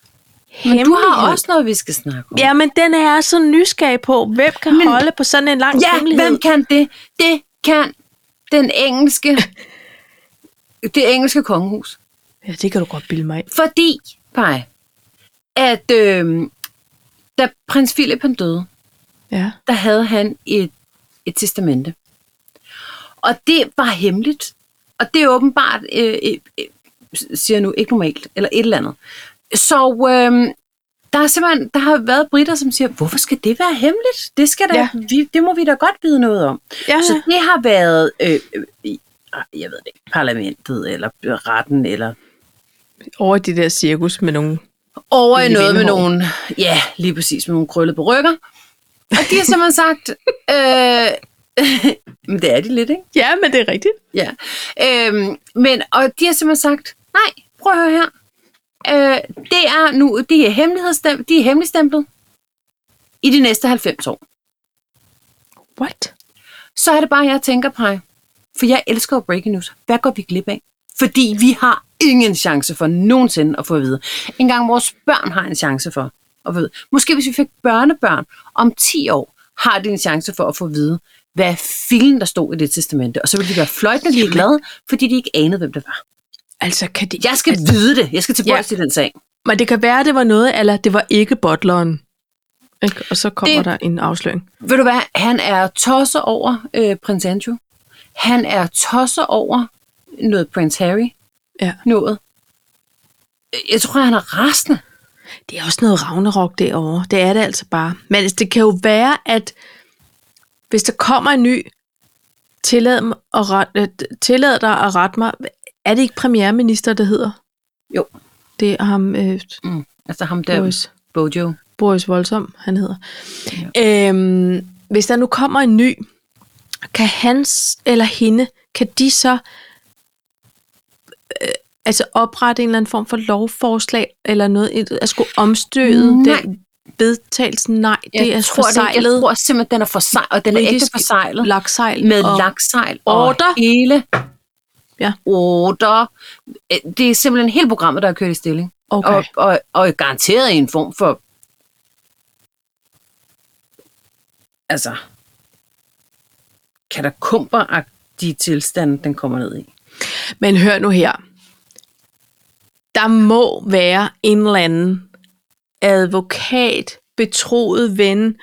B: men du
A: hemmelighed.
B: har også noget, vi skal snakke om.
A: Ja, men den er jeg så nysgerrig på. Hvem kan
B: Men-
A: men, holde på sådan en lang
B: ja
A: hemmelighed?
B: hvem kan det? Det kan den engelske,
A: <laughs>
B: det engelske kongehus.
A: Ja, det kan du godt bilde mig ind.
B: Fordi, Paj, at øh, da prins Philip han døde,
A: Ja.
B: der havde han et, et testamente. Og det var hemmeligt. Og det er åbenbart, øh, øh, øh, siger jeg nu, ikke normalt, eller et eller andet. Så øh, der er simpelthen, der har været britter, som siger, hvorfor skal det være hemmeligt? Det, skal da, ja.
A: Ja.
B: vi, det må vi da godt vide noget om.
A: Ja,
B: Så det har været, øh, øh, i- ah, jeg ved det ikke, parlamentet, eller retten, eller
A: over de der cirkus med nogen.
B: over i
A: Lille
B: noget med
A: vindhår.
B: nogle, ja, lige præcis med nogle krøllede på rykker. Og de har simpelthen sagt, <laughs> øh, men det er de lidt, ikke?
A: Ja, men det er rigtigt.
B: Ja. Øhm, men, og de har simpelthen sagt, nej, prøv at høre her. Øh, det er nu, de er hemmelighedsstemplet, de er hemmeligstemplet i de næste 90 år.
A: What?
B: Så er det bare, jeg tænker på For jeg elsker jo breaking news. Hvad går vi glip af? Fordi vi har ingen chance for nogensinde at få at vide. En gang vores børn har en chance for at få at vide. Måske hvis vi fik børnebørn om 10 år, har de en chance for at få at vide, hvad filen der stod i det testamente. Og så vil de være fløjtende lige glade, fordi de ikke anede, hvem det var.
A: Altså, kan det...
B: Jeg skal vide det. Jeg skal til
A: Ja.
B: bunds i den sag.
A: Men det kan være, det var noget, eller det var ikke bottleren. Ikke? Og så kommer
B: Det-
A: det... der en afsløring.
B: Ved du hvad? Han er tosset over øh, prins Andrew. Han er tosset over noget prins Harry.
A: Ja.
B: noget. Øh, Jeg tror, han er rasende.
A: Det er også noget ragnarok derovre. Det er det altså bare. Men altså, det kan jo være, at hvis der kommer en ny, tillad, mig at ret, øh, tillad dig at rette mig. Er det ikke premierminister, der hedder?
B: Jo.
A: Det er ham, øh,
B: Mm. Altså ham der, Boys.
A: Boris.
B: Bojo.
A: Boris Voldsom, han hedder. Ja. Øhm, hvis der nu kommer en ny, kan hans eller hende, kan de så øh, altså oprette en eller anden form for lovforslag eller noget, et- at skulle omstøde
B: Nej.
A: den vedtagelsen? Nej,
B: Jeg
A: det er
B: tror, Det, jeg
A: forsejlet,
B: tror simpelthen, den er forsejlet, og den er ægte
A: Britisk
B: forsejlet
A: laksejl
B: med
A: og
B: laksejl
A: Order.
B: og hele
A: Ja.
B: order. Øh, Det er simpelthen hele programmet, der er kørt i stilling.
A: Okay.
B: Og, og, og garanteret i en form for... Altså... Katakomber-agtige tilstande, den kommer ned i.
A: Men hør nu her. Der må være en eller anden advokat, betroet ven,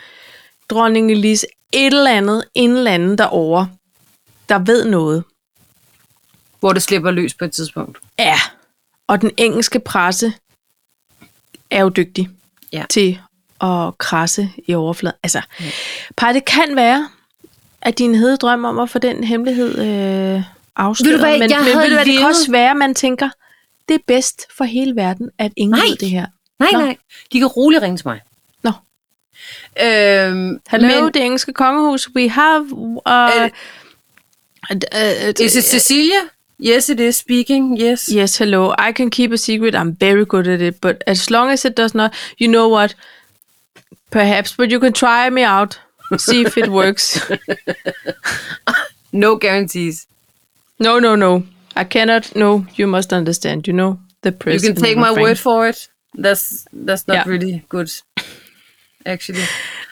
A: dronning Elise, et eller andet, en eller anden derovre, der ved noget.
B: Hvor det slipper løs på et tidspunkt.
A: Ja. Og den engelske presse er jo dygtig
B: Ja.
A: til at krasse i overfladen. Altså, ja. par, det kan være, at din hede drøm om at få den hemmelighed øh, afsløret.
B: Ved du hvad,
A: men,
B: jeg
A: men
B: havde
A: ved du hvad, det kan
B: levet-
A: også være, at man tænker, det er bedst for hele verden, at ingen
B: Nej.
A: ved det her.
B: Nej, Nå.
A: Nå.
B: nej. De kan roligt ringe til mig.
A: Nå.
B: Øhm,
A: Hello,
B: Men,
A: det engelske kongehus, we have... Uh,
B: Øh,
A: Øh,
B: is it Cecilia? Yes, it is speaking. Yes.
A: Yes, hello. I can keep a secret. I'm very good at it. But as long as it does not, you know what? Perhaps, but you can try me out. See if it
B: <laughs>
A: works.
B: No guarantees.
A: No, no, no. I cannot. No, you must understand. You know the
B: You
A: press.
B: can
A: and
B: take my
A: everything.
B: word for it. That's, that's not
A: Ja.
B: really good. Actually.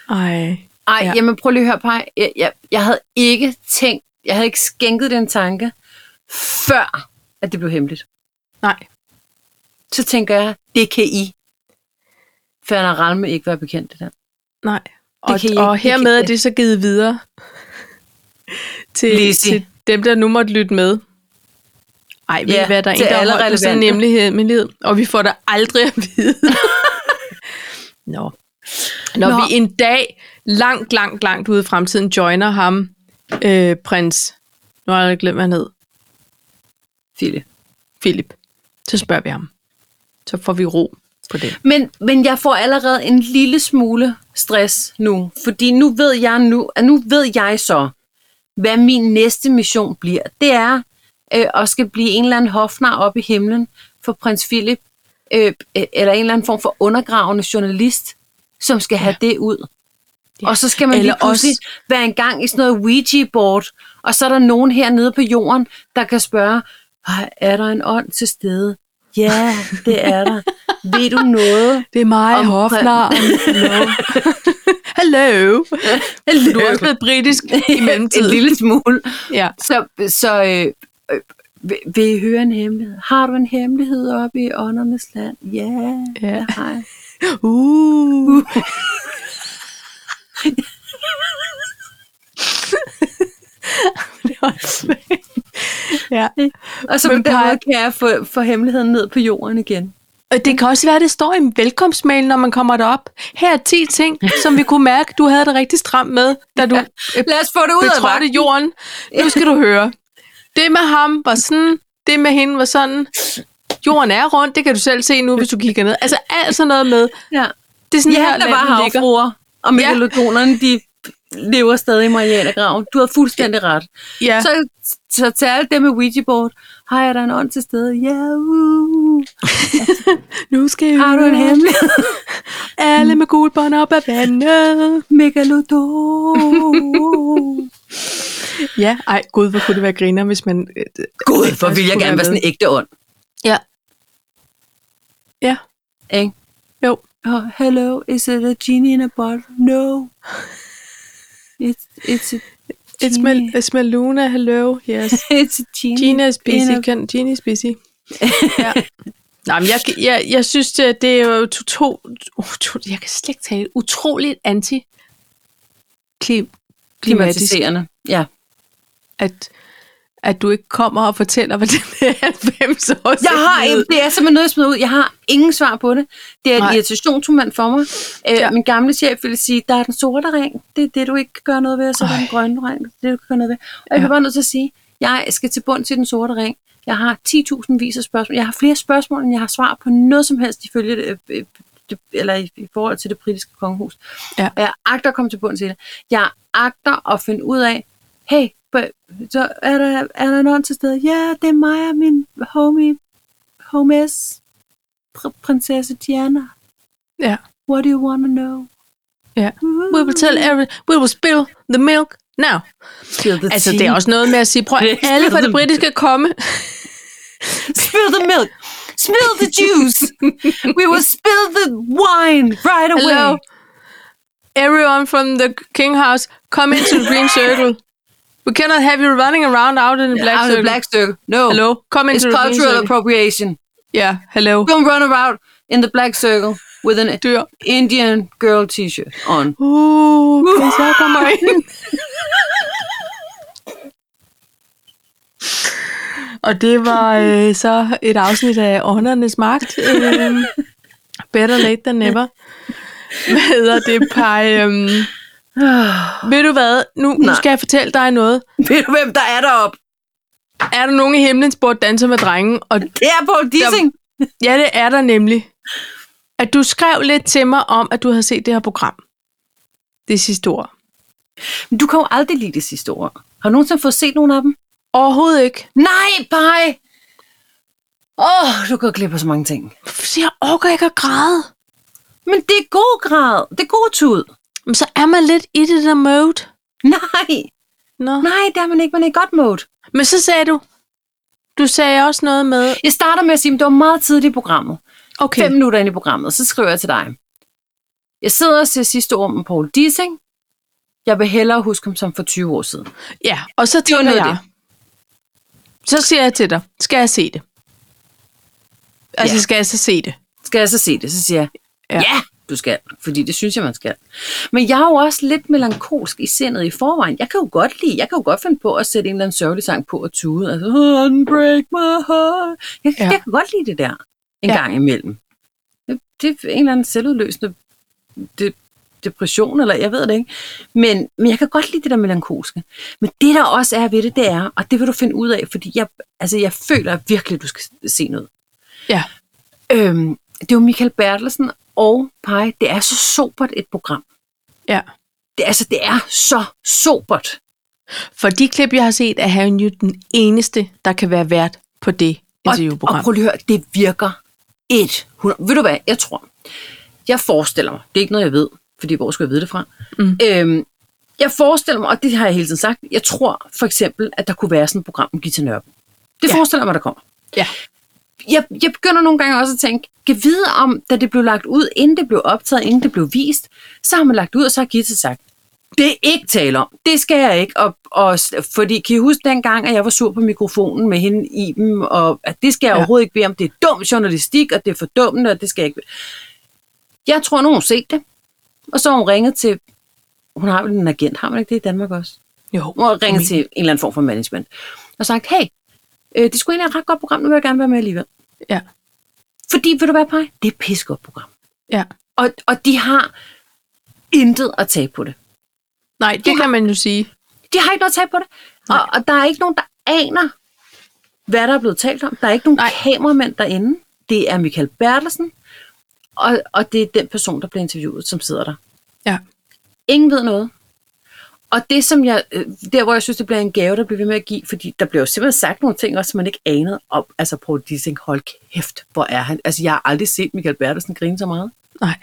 A: Ej.
B: Ej, ja.
A: Ja.
B: jamen prøv lige at høre, Paj. Jeg, jeg, jeg havde ikke tænkt, jeg havde ikke skænket den tanke, før at det blev hemmeligt.
A: Nej.
B: Så tænker jeg, det kan I. Færner Ralme ikke være bekendt det der.
A: Nej. Og,
B: kan I ikke.
A: og
B: Det kan-
A: hermed er det så givet
B: <laughs>
A: videre til,
B: Lizzie.
A: til dem, der nu måtte lytte med. Ej, ved
B: Ja,
A: ja, hvad, der er en,
B: til
A: der
B: alle
A: har holdt på sådan en
B: relevante.
A: nemlig hemmelighed, og vi får det aldrig at vide.
B: <laughs>
A: Nå. Når
B: Nå.
A: Nå. vi en dag, langt, langt, langt ude i fremtiden, joiner ham, øh, prins, nu har jeg glemt, hvad han hed,
B: Fille.
A: Philip, så spørger vi ham. Så får vi ro på det.
B: Men, men jeg får allerede en lille smule stress nu, fordi nu ved jeg nu, at nu ved jeg så, hvad min næste mission bliver. Det er øh, at skal blive en eller anden hofnar oppe i himlen for prins Philip, øh, eller en eller anden form for undergravende journalist, som skal have det ud.
A: Ja.
B: Ja. Og så skal man
A: Eller
B: Eller lige pludselig også... være en gang i sådan noget Ouija-board, og så er der nogen hernede på jorden, der kan spørge, "Ej, er der en ånd til stede? Ja, det er <laughs> der. Ved du noget?
A: Det er mig,
B: Om-
A: Hofnar. Hello.
B: <laughs>
A: Hello. Du er også blevet britisk i
B: en
A: mellemtiden.
B: lille smule. <laughs>
A: Ja.
B: Så, så øh, øh, vil, vil I høre en hemmelighed? Har du en hemmelighed oppe i åndernes land? Ja,
A: Ja.
B: ja. det
A: <laughs>
B: har jeg.
A: Uh. <laughs> Det var svært. ja.
B: Og så
A: Men
B: på den
A: Paj-
B: måde kan jeg få, få hemmeligheden ned på jorden igen.
A: Og det kan også være, at det står i en velkomstmail, når man kommer derop. Her er 10 ting, som vi kunne mærke, du havde det rigtig stramt med, da du
B: Lad os få det ud af
A: betrådte
B: vagt.
A: jorden. Nu skal du høre. Det med ham var sådan, det med hende var sådan. Jorden er rundt, det kan du selv se nu, hvis du kigger ned. Altså alt sådan noget med,
B: Ja.
A: det er sådan
B: Ja,
A: her,
B: der var
A: landet ligger.
B: havfruer, og
A: Ja.
B: megalodonerne, de lever stadig i Marianergraven. Du har fuldstændig ret.
A: Ja.
B: Så, så til alt det med Ouija-board, har jeg der en ånd til stede? Ja, uh.
A: nu skal jeg
B: Har du en hemmelighed?
A: Alle med gul bånd op ad vandet.
B: Megalodon.
A: Ja, ej gud, hvor kunne det være griner, hvis man... øh, øh,
B: Gud, hvor vil jeg gerne være sådan en ægte ånd.
A: Ja. Ja,
B: Ikke?
A: jo.
B: Oh, hello, is it a genie in a bottle? No. It's, it's, a, <laughs>
A: It's
B: Genie.
A: my, it's my Luna, hello, yes.
B: it's a genie.
A: Gina is
B: in
A: busy,
B: a-
A: kan, Gina is
B: <laughs>
A: busy. Ja. Nej, men jeg, jeg, jeg synes, at det er jo to, to, to, jeg kan slet ikke tale, utroligt anti klimatisk,
B: Klimatiserende. Ja.
A: at, at du ikke kommer og fortæller, hvad det er 90 år <laughs>
B: Jeg har en, det er simpelthen noget, jeg smider ud. Jeg har ingen svar på det. Det er
A: Nej.
B: et irritationsmoment for mig. Øh,
A: Ja.
B: Min gamle chef ville sige, der er den sorte ring, det er det, du ikke kan gøre noget ved, og så er der
A: Ej.
B: den grønne ring, det er det, du kan gøre noget ved. Og jeg
A: Ja.
B: ja. bare nødt til at sige, jeg skal til bund til den sorte ring. Jeg har 10.000 vis af spørgsmål. Jeg har flere spørgsmål, end jeg har svar på noget som helst ifølge det, øh, det, eller i, i forhold til det britiske kongehus.
A: Ja.
B: Og jeg agter at komme til bund til det. Jeg agter at finde ud af, hey, b- så er der, er der nogen til stede? Ja, det er mig og min homie, homies, pr- prinsesse Diana.
A: Ja.
B: What do you want to know?
A: Ja. We will tell every, we will spill the milk now. Altså, det er også noget med at sige,
B: <laughs>
A: prøv at
B: Det er
A: alle fra det
B: spillet.
A: britiske komme.
B: Spill the milk. Spill the juice. We will spill the wine right away.
A: Hello. Everyone from the king house, come into the green circle. We cannot have you running around out in the black
B: Out of the
A: circle.
B: black circle. No.
A: Hello, come
B: It's
A: into the green
B: cultural
A: circle.
B: appropriation.
A: Yeah, hello.
B: Don't run around in the black circle with an
A: Dyr.
B: Indian girl t-shirt <sighs> on.
A: Uh, hvis jeg kommer ind. Og det var øh, så et afsnit af Åndernes Magt. Øh, better late than never. Hvad hedder det, Paj? Øh, ved du hvad? Nu, nu
B: Nej.
A: skal jeg fortælle dig noget.
B: Ved du, hvem der er deroppe?
A: Er der nogen i himlen spurgt danser med drenge? Og
B: Det er Paul Dissing.
A: ja, det er der nemlig. At du skrev lidt til mig om, at du havde set det her program. Det sidste år.
B: Men Du kan jo aldrig lide det sidste år. Har du nogensinde fået set nogen af dem?
A: Overhovedet ikke.
B: Nej, bye. Åh, oh, du går glip af så mange ting.
A: Så jeg orker ikke at græde.
B: Men det er god grad. Det er god tud.
A: Men så er man lidt i det der mode.
B: Nej,
A: Nå.
B: nej, det er man ikke. Man er i godt mode.
A: Men så sagde du, du sagde også noget med,
B: Jeg starter med at sige, at det var meget tidligt i programmet.
A: okay,
B: Fem minutter ind i programmet, så skriver jeg til dig. Jeg sidder og ser sidste ord med Paul Dissing. Jeg vil hellere huske ham som for 20 år siden.
A: ja, og så
B: var
A: tænker
B: noget af
A: jeg, så siger jeg til dig, skal jeg se det? Altså,
B: Ja.
A: skal jeg så se det?
B: Skal jeg så se det? Så siger jeg,
A: Ja.
B: ja. ja, du skal. Fordi det synes jeg, man skal. Men jeg er jo også lidt melankolsk i sindet i forvejen. Jeg kan jo godt lide, jeg kan jo godt finde på at sætte en eller anden sørgelig sang på og tude. Altså, unbreak my heart. Jeg,
A: Ja.
B: ja. jeg kan godt lide det der en
A: Ja.
B: ja. gang imellem. Det, det er en eller anden selvudløsende de, depression, eller jeg ved det ikke. Men, men jeg kan godt lide det der melankolske. Men det, der også er ved det, det er, og det vil du finde ud af, fordi jeg, altså, jeg føler virkelig, du skal se noget.
A: Ja.
B: Øhm, det er jo Michael Bertelsen og Pej. Det er så sobert et program.
A: Ja.
B: Det, altså, det er så sobert.
A: For de klip, jeg har set, er Harry Newton den eneste, der kan være vært på det
B: Og, og
A: interviewprogram.
B: prøv lige at høre, det virker et. Ved du hvad, jeg tror. Jeg forestiller mig, det er ikke noget, jeg ved, fordi hvor skulle jeg vide det fra?
A: Mm.
B: Øhm, jeg forestiller mig, og det har jeg hele tiden sagt, jeg tror for eksempel, at der kunne være sådan et program om Gita Nørby. Det
A: Ja.
B: ja. forestiller jeg mig, der kommer.
A: Ja.
B: Jeg, jeg begynder nogle gange også at tænke, kan vide om, da det blev lagt ud, inden det blev optaget, inden det blev vist, så har man lagt ud, og så har Gita sagt, det er ikke tale om. Det skal jeg ikke. Og, og, fordi kan I huske dengang, at jeg var sur på mikrofonen med hende i dem, og at det skal jeg
A: Ja.
B: ja. overhovedet ikke bede om. Det er dum journalistik, og det er fordummende, og det skal jeg ikke. Jeg tror, nogen har set det. Og så har hun ringet til, hun har vel en agent, har man ikke det i Danmark også?
A: Jo.
B: Hun har ringet til en eller anden form for management, og sagt, hey, øh, det skulle egentlig være et ret godt program, nu vil jeg gerne være med alligevel.
A: Ja.
B: Fordi, vil du være på Det er et pissegodt program.
A: Ja.
B: Og, og de har intet at tage på det.
A: Nej, det kan man jo sige.
B: De har ikke noget at tage på det. Og, og der er ikke nogen, der aner, hvad der er blevet talt om. Der er ikke nogen
A: Nej.
B: Nej. kameramænd derinde. Det er Michael Bertelsen, og, og det er den person, der bliver interviewet, som sidder der.
A: Ja.
B: Ingen ved noget. Og det, som jeg, øh, der hvor jeg synes, det bliver en gave, der bliver ved med at give, fordi der bliver jo simpelthen sagt nogle ting også, som man ikke anede om. Altså, Paul Dissing, hold kæft, hvor er han? Altså, jeg har aldrig set Michael Bertelsen grine så meget.
A: Nej.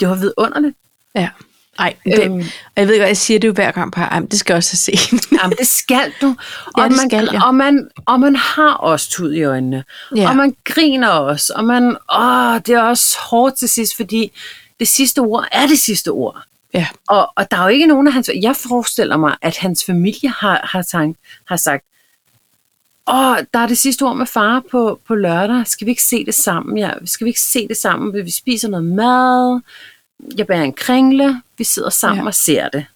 B: Det var vidunderligt.
A: Ja. Nej, øh,
B: Øhm.
A: og jeg ved godt, jeg siger det jo hver gang på her. men det skal jeg også se.
B: Jamen, det skal du.
A: Ja,
B: Og,
A: det
B: man,
A: skal jeg.
B: og, man, og man har også tud i øjnene.
A: Ja.
B: Ja. Og man griner også. Og man, åh, det er også hårdt til sidst, fordi det sidste ord er det sidste ord.
A: <laughs> ja.
B: Og, og der er jo ikke nogen af hans... Jeg forestiller mig, at hans familie har, har, tank, har sagt, åh, der er det sidste ord med far på, på lørdag. Skal vi ikke se det sammen? Ja, skal vi ikke se det sammen? Vil Vi spiser noget mad. Jeg bærer en kringle. Vi sidder sammen
A: Ja.
B: ja. og ser det.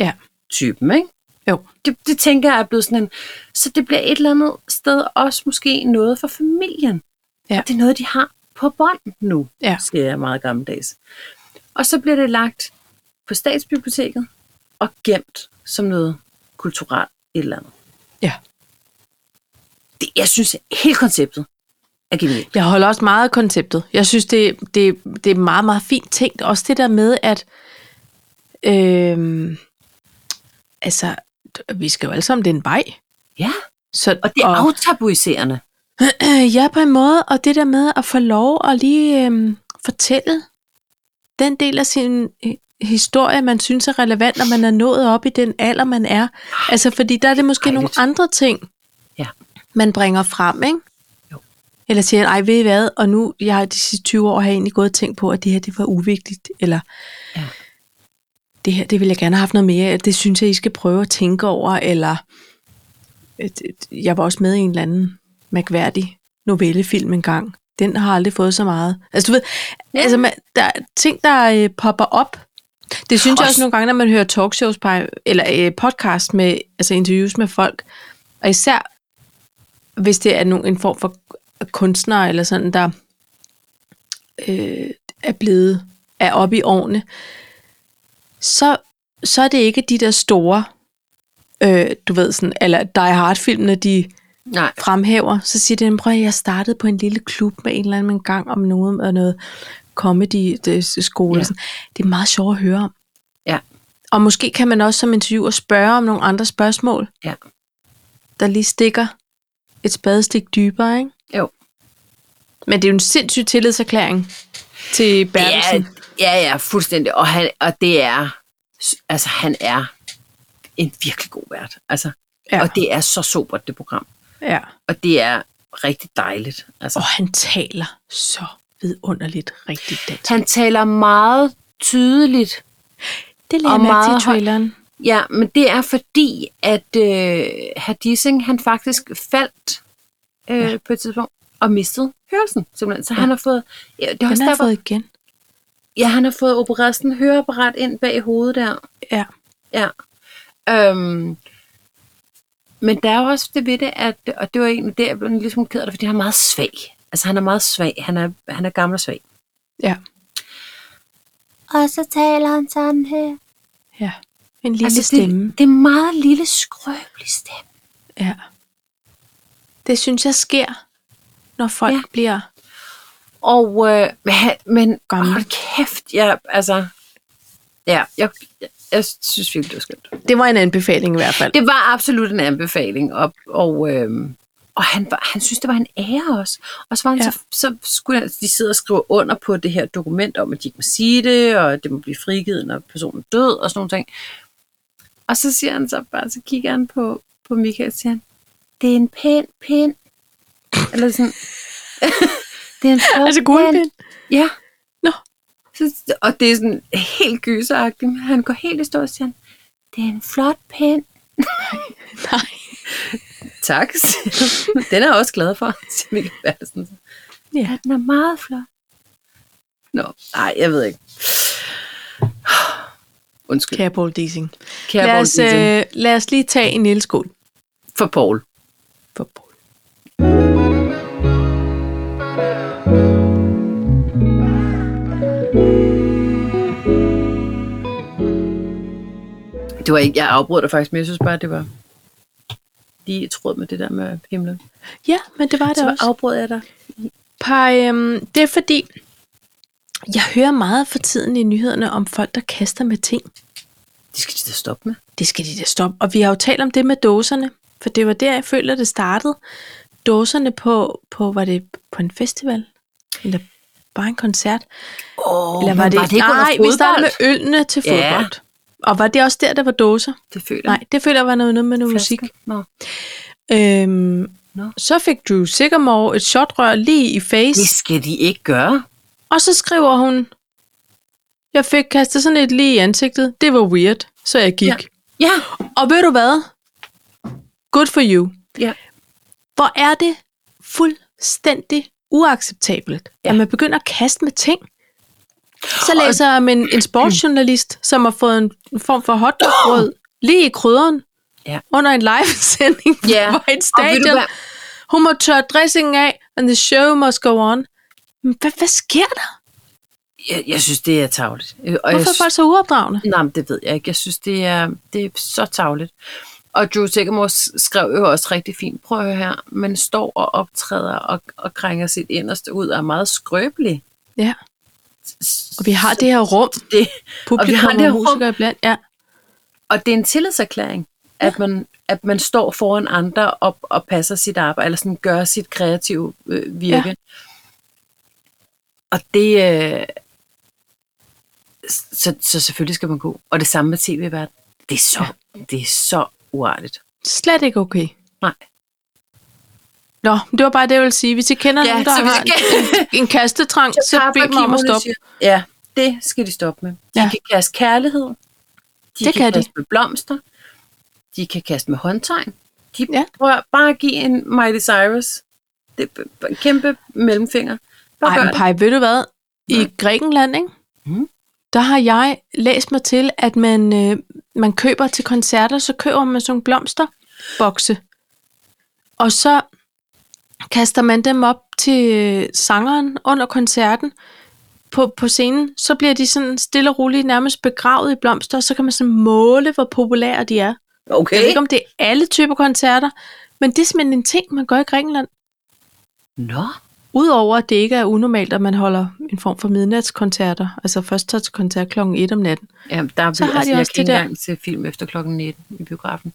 A: Ja.
B: Typen, ikke?
A: Jo.
B: det, det tænker jeg er blevet sådan en... Så det bliver et eller andet sted også måske noget for familien.
A: Ja.
B: Det er noget, de har på bånd nu,
A: Ja.
B: siger jeg meget gammeldags. Og så bliver det lagt på statsbiblioteket og gemt som noget kulturelt et eller andet.
A: Ja.
B: Det, jeg synes, hele konceptet er genialt.
A: Jeg holder også meget af konceptet. Jeg synes, det, det, det er meget, meget fint tænkt. Også det der med, at øh, altså, vi skal jo alle sammen den vej.
B: Ja,
A: Så,
B: og det er aftabuiserende.
A: Øh, <clears throat> ja, på en måde. Og det der med at få lov at lige øh, fortælle den del af sin øh, historie, man synes er relevant, når man er nået op i den alder, man er. Altså, fordi der er det måske nogle
B: Dejligt.
A: andre ting,
B: Ja.
A: man bringer frem, ikke?
B: Jo.
A: Eller siger, ej, ved I hvad, og nu, jeg har de sidste 20 år har jeg egentlig gået og tænkt på, at det her, det var uvigtigt, eller
B: Ja.
A: det her, det ville jeg gerne have haft noget mere, af. det synes jeg, I skal prøve at tænke over, eller et- et- jeg var også med i en eller anden mærkværdig novellefilm engang. Den har aldrig fået så meget. Altså du ved, ja.
B: Ja.
A: altså, man, der er ting, der øh, popper op. Det synes også. jeg også
B: Også-
A: nogle gange, når man hører talkshows på, eller øh, podcast med, altså interviews med folk. Og især hvis det er nogen, en form for kunstnere eller sådan, der øh, er blevet er oppe i årene, så, så er det ikke de der store, øh, du ved sådan, eller Die Hard-filmene, de
B: Nej,
A: fremhæver, så siger de, "Jamen, prøv at høre, jeg startede på en lille klub med en eller anden en gang om noget, og noget comedy det, skole. Ja.
B: Ja.
A: Det er meget sjovt at høre om.
B: Ja.
A: Og måske kan man også som interviewer spørge om nogle andre spørgsmål,
B: Ja.
A: der lige stikker et spadestik dybere, ikke?
B: jo.
A: Men det er jo en sindssyg tillidserklæring til Bertelsen.
B: Ja, ja, ja, fuldstændig. Og, han, og det er, altså han er en virkelig god vært. Altså,
A: Ja.
B: ja. Og det er så sobert, det program.
A: Ja.
B: Og det er rigtig dejligt. Altså,
A: Og han taler så vidunderligt rigtig dansk.
B: han taler meget tydeligt.
A: Det
B: og
A: lærer man
B: meget
A: til i traileren.
B: Ja, men det er fordi, at øh, Hadissing, han faktisk faldt øh, ja. på et tidspunkt og mistede hørelsen, simpelthen. Så ja. han har fået... Ja, det er
A: Den
B: også
A: har jeg
B: derfor,
A: fået igen.
B: ja, han har fået opereret sådan en høreapparat ind bag hovedet der.
A: Ja.
B: Ja. Øhm, men der er jo også det ved det, at, og det var egentlig der, jeg blev ligesom ked af det, fordi han er meget svag. Altså han er meget svag. Han er, han er gammel og svag.
A: Ja.
B: Og så taler han sådan her.
A: ja. En lille
B: altså,
A: stemme.
B: Det, det er en meget lille, skrøbelig stemme.
A: Ja. Det synes jeg sker, når folk ja.
B: Ja.
A: bliver...
B: Og, øh, men han- men
A: Gammel.
B: hold kæft, jeg, altså, ja, jeg, jeg, jeg synes virkelig, det var skønt.
A: Det var en anbefaling i hvert fald.
B: Det var absolut en anbefaling, og, og øh, Og han, var, han synes, det var en ære også. Og så, var han,
A: Ja.
B: ja. så, så skulle han- de sidde og skrive under på det her dokument om, at de ikke må sige det, og det må blive frigivet, når personen er død, og sådan nogle ting. Og så siger han så bare, så kigger han på, på Michael og siger han, det er en pæn pind. Eller sådan, <laughs> det er en flot
A: Altså guldpind.
B: Ja.
A: Nå.
B: Så, og det er sådan helt gyseragtigt, men han går helt i stå og siger, han, det er en flot pind.
A: <laughs> Nej.
B: Tak, <laughs> siger han. den er jeg også glad for, <laughs> siger Michael Bertelsen.
A: Ja.
B: Den er meget flot. Nå, nej, jeg ved ikke. <sighs> Undskyld.
A: Kære Paul Dissing.
B: Kære
A: lad,
B: Poul
A: os,
B: Dissing.
A: øh, lad os lige tage en lille skål
B: For Paul.
A: for Paul.
B: Det var ikke, jeg afbrød dig faktisk, men jeg synes bare, det var lige i tråd med det der med himlen.
A: Ja, men det var det
B: Så
A: også.
B: afbrød jeg dig.
A: Par, øhm, det er fordi, jeg hører meget for tiden i nyhederne om folk, der kaster med ting.
B: Det skal de da stoppe med.
A: Det skal de da stoppe. Og vi har jo talt om det med dåserne, for det var der, jeg føler, det startede. Dåserne på, på var det på en festival? Eller bare en koncert?
B: Oh,
A: Eller var det, nej, vi startede med ølene til
B: Ja.
A: fodbold. Og var det også der, der var dåser?
B: Det føler
A: Nej, det føler jeg var noget, noget med noget musik.
B: Nå.
A: Øhm,
B: Nå.
A: så fik Drew Sigamore et shotrør lige i face.
B: Det skal de ikke gøre.
A: Og så skriver hun, jeg fik kastet sådan et lige i ansigtet. Det var weird, så jeg gik. Ja.
B: Ja.
A: Og ved du hvad? Good for you.
B: Ja.
A: Hvor er det fuldstændig uacceptabelt, ja.
B: Ja.
A: at man begynder at kaste med ting. Så læser jeg om en, en sportsjournalist, som har fået en en form for hotdogbrød lige i krydderen
B: Ja.
A: under en livesending <laughs>
B: Ja.
A: på et
B: Og ved du
A: stadion.
B: hvad?
A: Hun må tørre dressingen af, and the show must go on. Men hvad, hvad sker der?
B: Jeg, jeg synes, det er tavligt. Øh, Og jeg
A: Hvorfor er folk så uopdragende?
B: Nej, men det ved jeg ikke. Jeg synes, det er, det er så tavligt. Og Drew Sigamore s- skrev jo også rigtig fint, prøv at høre her, man står og optræder og, og krænger sit inderste ud og er meget skrøbelig.
A: Ja. Og vi har det her rum,
B: Det,
A: publikum og, vi har det her og musikere rum. iblandt. Ja.
B: og det er en tillidserklæring, at man, at man står foran andre og, og passer sit arbejde, eller sådan gør sit kreative øh, virke.
A: Ja.
B: Ja. Og det... Øh, så, så selvfølgelig skal man gå. Og det samme med tv-verden. Det er så, ja. det er så uartigt.
A: Slet ikke okay.
B: Nej.
A: Nå, men det var bare det, jeg ville sige. Hvis I kender ja, nogen, der har en, en kastetrang, så, så bed dem om at stoppe.
B: Ja, det skal de stoppe med. De
A: Ja.
B: ja. kan kaste kærlighed. De
A: Det
B: kan,
A: kan de.
B: kaste med blomster. De kan kaste med håndtegn. De
A: Ja.
B: ja. prøver bare at give en Miley Cyrus. Det er b- b- en kæmpe mellemfinger. Bare
A: Ej,
B: gør
A: men
B: det.
A: pej, ved du hvad? I Grækenland, ikke?
B: Mm.
A: der har jeg læst mig til, at man, øh, man køber til koncerter, så køber man sådan nogle blomsterbokse. Og så kaster man dem op til øh, sangeren under koncerten på, på scenen. Så bliver de sådan stille og roligt nærmest begravet i blomster, og så kan man sådan måle, hvor populære de er.
B: Okay.
A: Jeg ved ikke, om det er alle typer koncerter, men det er simpelthen en ting, man gør i Grækenland.
B: Nå,
A: Udover at det ikke er unormalt, at man holder en form for midnatskoncerter, altså førsttogskoncert kl. 1 om natten.
B: Jamen, der er
A: Så
B: vi,
A: har
B: altså,
A: de
B: jeg
A: også
B: kan
A: det
B: ikke
A: der.
B: engang se film efter klokken 19 i biografen.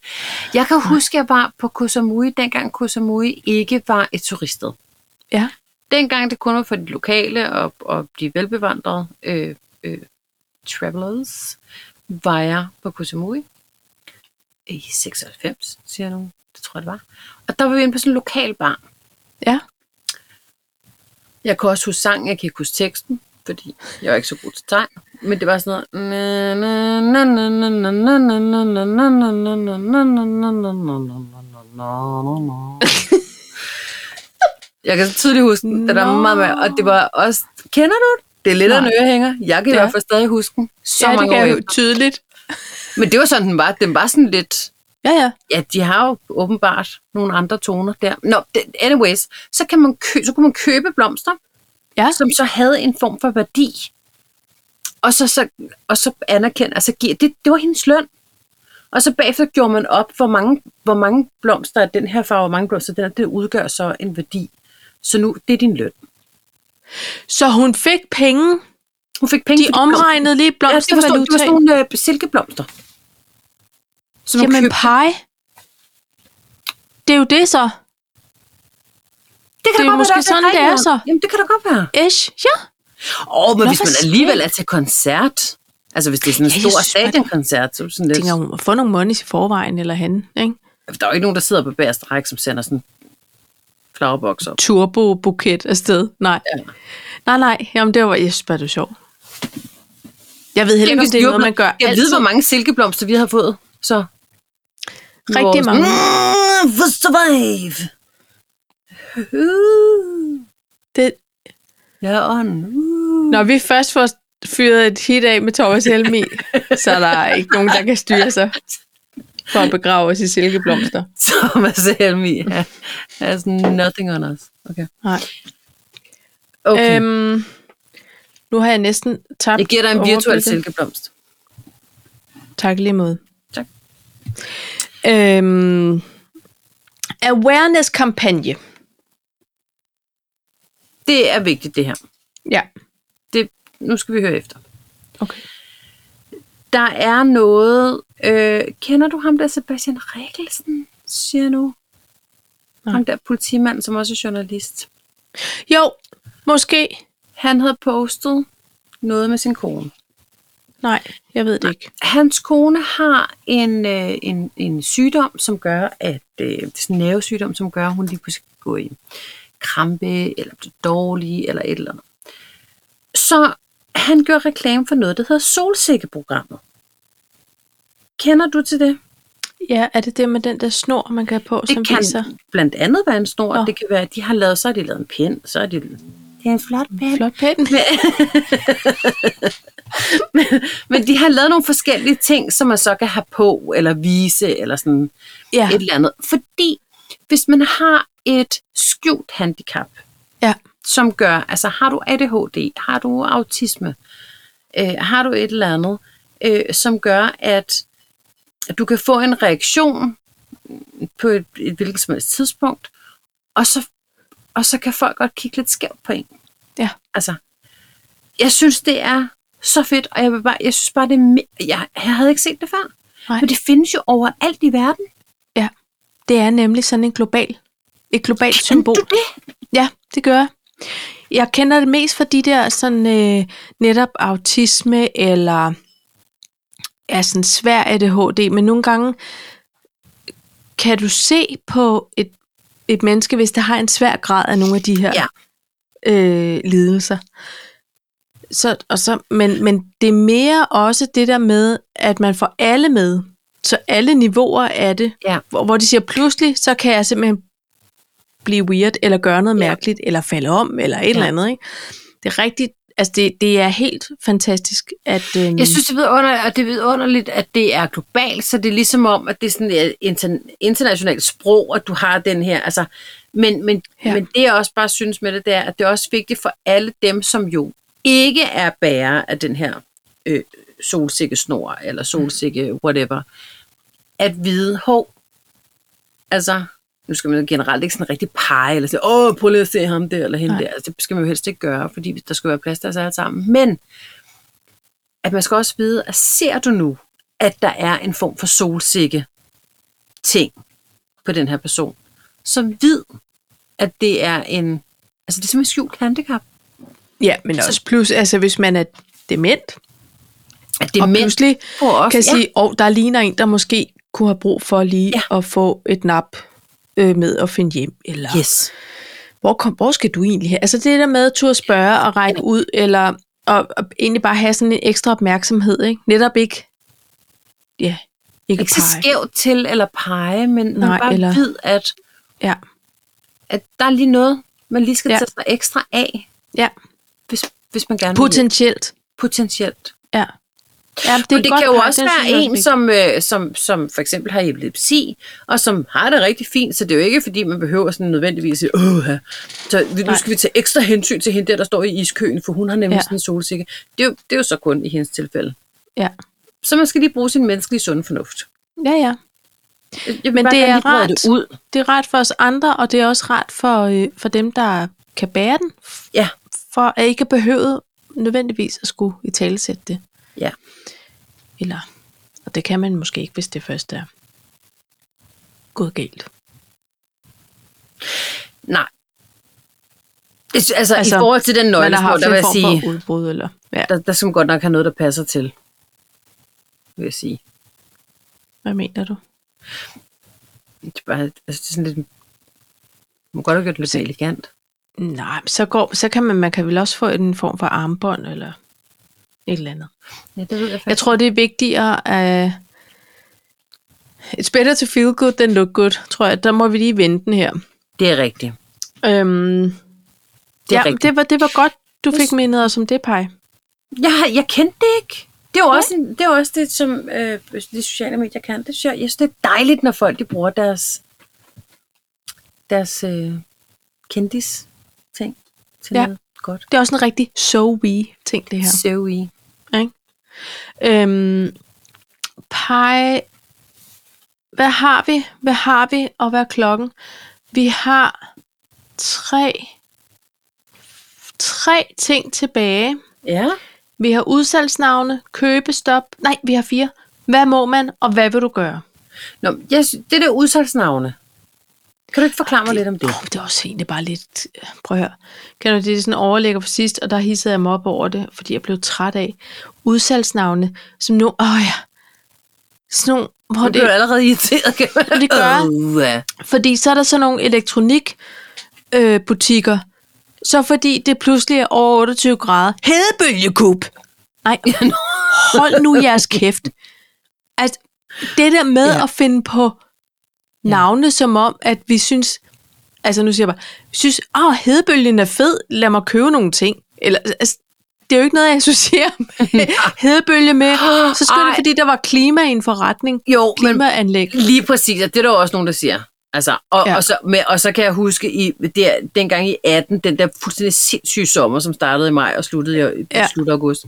B: Jeg kan huske, jeg var på Koh Samui, dengang Koh Samui ikke var et turiststed.
A: Ja.
B: Dengang det kun var for de lokale og, og de velbevandrede øh, øh, travelers, var jeg på Koh Samui i 96, siger nogen. Det tror jeg, det var. Og der var vi inde på sådan en lokal bar.
A: Ja.
B: Jeg kan også huske sangen, jeg kan ikke huske teksten, fordi jeg er ikke så god til tegn. Men det var sådan noget... Jeg kan så tydeligt huske den, den er
A: Nå.
B: meget med, og det var også... Kender du den? Det er lidt af en
A: Nej.
B: ørehænger. Jeg kan i
A: Ja.
B: hvert fald stadig huske den. Så
A: ja, det
B: mange
A: kan
B: år
A: jeg jo
B: efter.
A: tydeligt.
B: Men det var sådan, den var. Den var sådan lidt...
A: Ja, ja.
B: Ja, de har jo åbenbart nogle andre toner der. Nå, det- anyways, så, kan man kø- så kunne man købe blomster,
A: Ja.
B: som så havde en form for værdi. Og så, så, og så anerkendte, altså giver- det, det var hendes løn. Og så bagefter gjorde man op, hvor mange, hvor mange blomster af den her farve, hvor mange blomster af den her, det udgør så en værdi. Så nu, det er din løn.
A: Så hun fik penge.
B: Hun fik penge
A: De omregnede lige
B: blomster. Ja, det var sådan, det var sådan
A: blomstervaluta.
B: nogle øh, silkeblomster. Som hun
A: Jamen
B: købte.
A: pej. Det er jo det så.
B: Det kan
A: Det
B: da
A: er
B: godt
A: måske
B: være, der
A: sådan, det er
B: grækeren.
A: så.
B: Jamen, det kan da godt være.
A: Ish, ja.
B: Åh, oh, men
A: Nå,
B: hvis
A: for
B: man
A: satan.
B: alligevel er til koncert, altså hvis det er sådan en
A: Ja, jeg
B: stor
A: synes bare, det-
B: stadionkoncert, så er det sådan
A: Jeg
B: lidt,
A: tænker, hun må få nogle monies i forvejen, eller han, ikke?
B: der er jo ikke nogen, der sidder på bagerste række, som sender sådan flowerbox op.
A: Turbo-buket afsted. Nej. Ja. Nej, nej. Jamen, det var, jeg synes bare, det var sjovt. Jeg ved heller ikke, om det er noget, man gør
B: Jeg ved,
A: altid.
B: hvor mange silkeblomster vi har fået, så.
A: Rigtig
B: Vores-
A: mange.
B: Mm, survive. Uh,
A: Det,
B: jeg er on. Uh.
A: når vi først får fyret et hit af med Thomas Helmi, så er der ikke nogen, der kan styre sig for at begrave os i silkeblomster.
B: Thomas Helmi ja. has nothing on us. Okay.
A: Nej.
B: okay. Øhm,
A: Øhm, nu har jeg næsten tabt
B: jeg giver dig en virtuel
A: overblikket.
B: silkeblomst.
A: Tak i lige måde.
B: Tak.
A: Øhm, Awareness-kampagne.
B: Det er vigtigt, det her.
A: Ja.
B: Det, nu skal vi høre efter.
A: Okay.
B: Der er noget... Øh, kender du ham der, Sebastian Rikkelsen, siger nu?
A: Nej.
B: Ham der politimand, som også er journalist.
A: Jo, måske.
B: Han havde postet noget med sin kone.
A: Nej, jeg ved det ikke.
B: Hans kone har en, øh, en, en sygdom, som gør, at øh, det er sådan en nervesygdom, som gør, at hun lige pludselig kan gå i krampe, eller blive dårlig, eller et eller andet. Så han gør reklame for noget, der hedder Solsikkeprogrammet. Kender du til det?
A: Ja, er det det med den der snor, man kan have på, som
B: Det kan
A: viser?
B: blandt andet være en snor,
A: Nå.
B: det kan være, at de har lavet, så har de lavet en pind, så er de... Det er en flot pind.
A: Flot pæn.
B: Men de har lavet nogle forskellige ting, som man så kan have på, eller vise, eller sådan...
A: Ja,
B: et eller andet. Fordi hvis man har et skjult handicap,
A: ja,
B: som gør, altså har du ADHD, har du autisme, øh, har du et eller andet, øh, som gør, at du kan få en reaktion på et, et hvilket som helst tidspunkt, og så, og så kan folk godt kigge lidt skævt på en.
A: Ja.
B: Altså, jeg synes, det er så fedt, og jeg, vil bare, jeg synes bare, det er, me- jeg, jeg havde ikke set det før.
A: Nej.
B: Men det findes jo overalt i verden.
A: ja. Det er nemlig sådan en global, et globalt symbol.
B: Kendte du det?
A: Ja, det gør jeg. Jeg kender det mest fra de der sådan øh, netop autisme eller er sådan svær ADHD, men nogle gange kan du se på et, et menneske, hvis det har en svær grad af nogle af de her
B: Ja.
A: øh, lidelser. Så, og så, men, men det er mere også det der med, at man får alle med. Så alle niveauer af det.
B: Ja.
A: Hvor, hvor de siger, pludselig, så kan jeg simpelthen blive weird, eller gøre noget ja. mærkeligt, eller falde om, eller et ja. eller andet. Ikke? Det er rigtigt, altså det, det er helt fantastisk, at... Øhm,
B: Jeg synes, det er vidunderligt, og det er vidunderligt, at det er globalt, så det er ligesom om, at det er sådan et inter- internationalt sprog, at du har den her. Altså, men, men,
A: Ja.
B: ja. men det, jeg også bare synes med det, det er, at det er også vigtigt for alle dem, som jo ikke er bærere af den her øh, solsikkesnor, eller solsikke whatever, at vide, hov, altså, nu skal man jo generelt ikke sådan rigtig pege, eller sige, åh, prøv lige at se ham der, eller hende
A: Nej.
B: Nej. der. Altså, det skal man jo helst ikke gøre, fordi der skal være plads til os alle sammen. Men, at man skal også vide, at ser du nu, at der er en form for solsikke ting på den her person, så vid, at det er en, altså det er simpelthen et skjult handicap.
A: Ja, men også plus, altså hvis man er dement,
B: At det
A: og
B: er mænd
A: pludselig
B: på os.
A: kan sige, åh, oh, der ligner en, der måske kunne have brug for lige ja. at få et nap øh, med at finde hjem, eller
B: ja. yes.
A: hvor, kom, hvor skal du egentlig her? Altså det der med at turde spørge og række ud, eller og, og egentlig bare have sådan en ekstra opmærksomhed, ikke? Netop ikke, ja, ikke,
B: Ikke så
A: pege.
B: skævt til eller pege, men Nej,
A: Nej,
B: man bare
A: eller-
B: eller... vid, at,
A: Ja,
B: at der er lige noget, man lige skal
A: Ja.
B: ja. tage sig ekstra af,
A: ja.
B: hvis, hvis man gerne vil hjælpe.
A: potentielt.
B: potentielt.
A: Ja. ja
B: Det, det
A: godt
B: kan jo
A: pege,
B: også
A: den synes
B: være
A: jeg
B: en, som, øh, som, som for eksempel har epilepsi, og som har det rigtig fint, så det er jo ikke, fordi man behøver sådan nødvendigvis at sige, åh, ja, så vi,
A: Nej.
B: nu skal vi tage ekstra hensyn til hende der, der står i iskøen, for hun har nemlig
A: Ja.
B: ja. sådan en solsikke. Det er, jo, det er jo så kun i hendes tilfælde.
A: Ja,
B: Så man skal lige bruge sin menneskelige sunde fornuft.
A: ja, ja.
B: Jeg vil
A: Men
B: bare
A: det
B: gerne
A: er
B: lige brede
A: rart.
B: det ud.
A: Det er rart for os andre, og det er også rart for, øh, for dem, der kan bære den,
B: Ja,
A: for at ikke behøve nødvendigvis at skulle i talesætte det.
B: ja.
A: Eller, og det kan man måske ikke, hvis det først er gået galt.
B: Nej. Altså, altså,
A: Altså,
B: i forhold til den
A: man har
B: nøglespor,
A: haft
B: der
A: en
B: vil jeg
A: form
B: sige,
A: for udbrud. Eller, ja,
B: der, der skal man godt nok have noget, der passer til. Vil jeg sige.
A: hvad mener du?
B: Det er, bare, altså, det er sådan lidt... Man må godt have gjort det lidt mere elegant.
A: Nej, men så, går, så kan man, man kan vel også få en form for armbånd eller et eller andet.
B: Ja, det ved
A: Jeg tror, det er vigtigere at... It's better to feel good than look good, tror jeg. Der må vi lige vente den her.
B: Det er rigtigt.
A: Øhm,
B: Det er
A: ja,
B: rigtigt.
A: det, var, det var godt, du
B: Jeg
A: fik
B: sy-
A: mindet os om det, Paj.
B: Jeg, har- jeg kendte det ikke. Det er jo også, en, det, er jo også det, som øh, de sociale medier kan. Det synes jeg, jeg synes, det er dejligt, når folk de bruger deres, deres øh, kendis-ting til
A: Ja.
B: ja. noget godt.
A: Det er også en rigtig so we ting, det her.
B: So i.
A: Øhm, Pej, hvad har vi? Hvad har vi, og hvad er klokken? Vi har tre, tre ting tilbage.
B: Ja.
A: Vi har udsalgsnavne, købestop. Nej, vi har fire. Hvad må man, og hvad vil du gøre?
B: Nå, men jeg, synes- det der udsalgsnavne. Kan du ikke forklare mig lidt om det?
A: Oh, det er også egentlig bare lidt... Prøv at høre. Kan du det er sådan overlægger for sidst, og der hissede jeg mig op over det, fordi jeg blev træt af udsalgsnavne, som nu... Åh oh ja. Sådan nogle, hvor
B: Nu
A: det,
B: bliver du allerede irriteret, kan man?
A: Det gør jeg.
B: Øh, ja.
A: Fordi så er der sådan nogle elektronikbutikker, øh, butikker. så fordi det pludselig er over 28 grader. Hedebølgekub! Nej, hold nu jeres kæft. Altså, det der med ja.
B: Ja.
A: at finde på navne, som om, at vi synes, altså nu siger jeg bare, vi synes, åh, hedebølgen er fed, lad mig købe nogle ting. Eller, altså, det er jo ikke noget, jeg associerer med hedebølge med. Så skulle det,
B: Ej.
A: fordi der var klima i en forretning.
B: Jo, men
A: Klimaanlæg.
B: Lige præcis, og det er der jo også nogen, der siger. Altså, og,
A: Ja.
B: ja. og, så, med, og så kan jeg huske, i, der, dengang i 18, den der fuldstændig sindssyge sommer, som startede i maj og sluttede i
A: Ja.
B: ja. slut af august,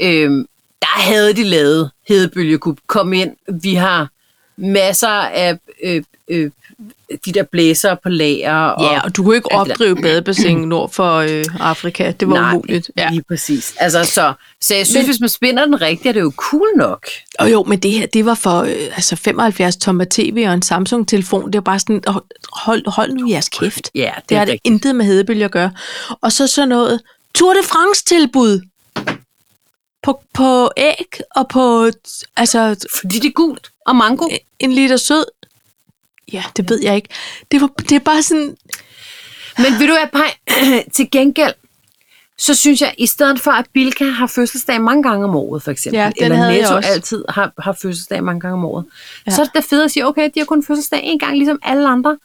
B: øhm, der havde de lavet Hedebølgekub. Kom ind, vi har masser af øh, øh, de der blæser på lager.
A: Ja,
B: og,
A: og du kunne ikke
B: Altså-
A: opdrive badebassin <clears throat> nord for øh, Afrika. Det var
B: Nej,
A: umuligt. Ja.
B: lige præcis. Altså, så, så jeg synes,
A: Men-
B: men, hvis man spinder den rigtigt, er det jo cool nok.
A: Og jo, men det her, det var for øh, altså 75 tommer tv og en Samsung-telefon. Det var bare sådan, "Åh, hold, hold nu jeres kæft.
B: Ja,
A: Det har det intet med hedebølge at gøre. Og så sådan noget Tour de France-tilbud på, på æg og på altså,
B: Fordi det er gult og mango.
A: en liter sød. Ja, det ved jeg ikke. Det, var, det er bare sådan,
B: Men vil du have pej? <clears throat> til gengæld, så synes jeg, i stedet for at Bilka har fødselsdag mange gange om året, for eksempel,
A: Ja, den
B: eller
A: havde jeg
B: Netto
A: også.
B: altid har, har fødselsdag mange gange om året,
A: Ja.
B: ja. så er det da fedt at sige, okay, de har kun fødselsdag en gang, ligesom alle andre,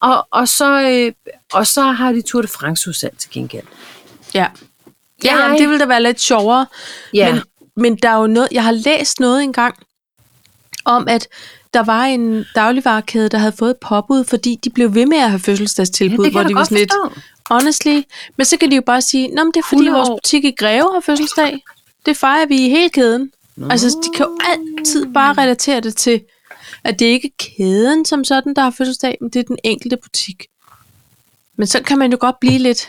B: og, og, så, øh, og så har de Tour de France udsalg til gengæld.
A: Ja. Ja,
B: Jeg-
A: jamen, det ville da være lidt sjovere.
B: Ja.
A: Men, men der er jo noget, jeg har læst noget engang om, at der var en dagligvarekæde, der havde fået et påbud, fordi de blev ved med at have fødselsdagstilbud, hvor de var sådan lidt, honestly, men så kan de jo bare sige, Nå, men det er fordi
B: 100
A: vores
B: år."
A: butik i Greve har fødselsdag. Det fejrer vi i hele kæden. Nå. Altså, de kan jo altid bare relatere det til, at det ikke er kæden som sådan, der har fødselsdag, men det er den enkelte butik. Men så kan man jo godt blive lidt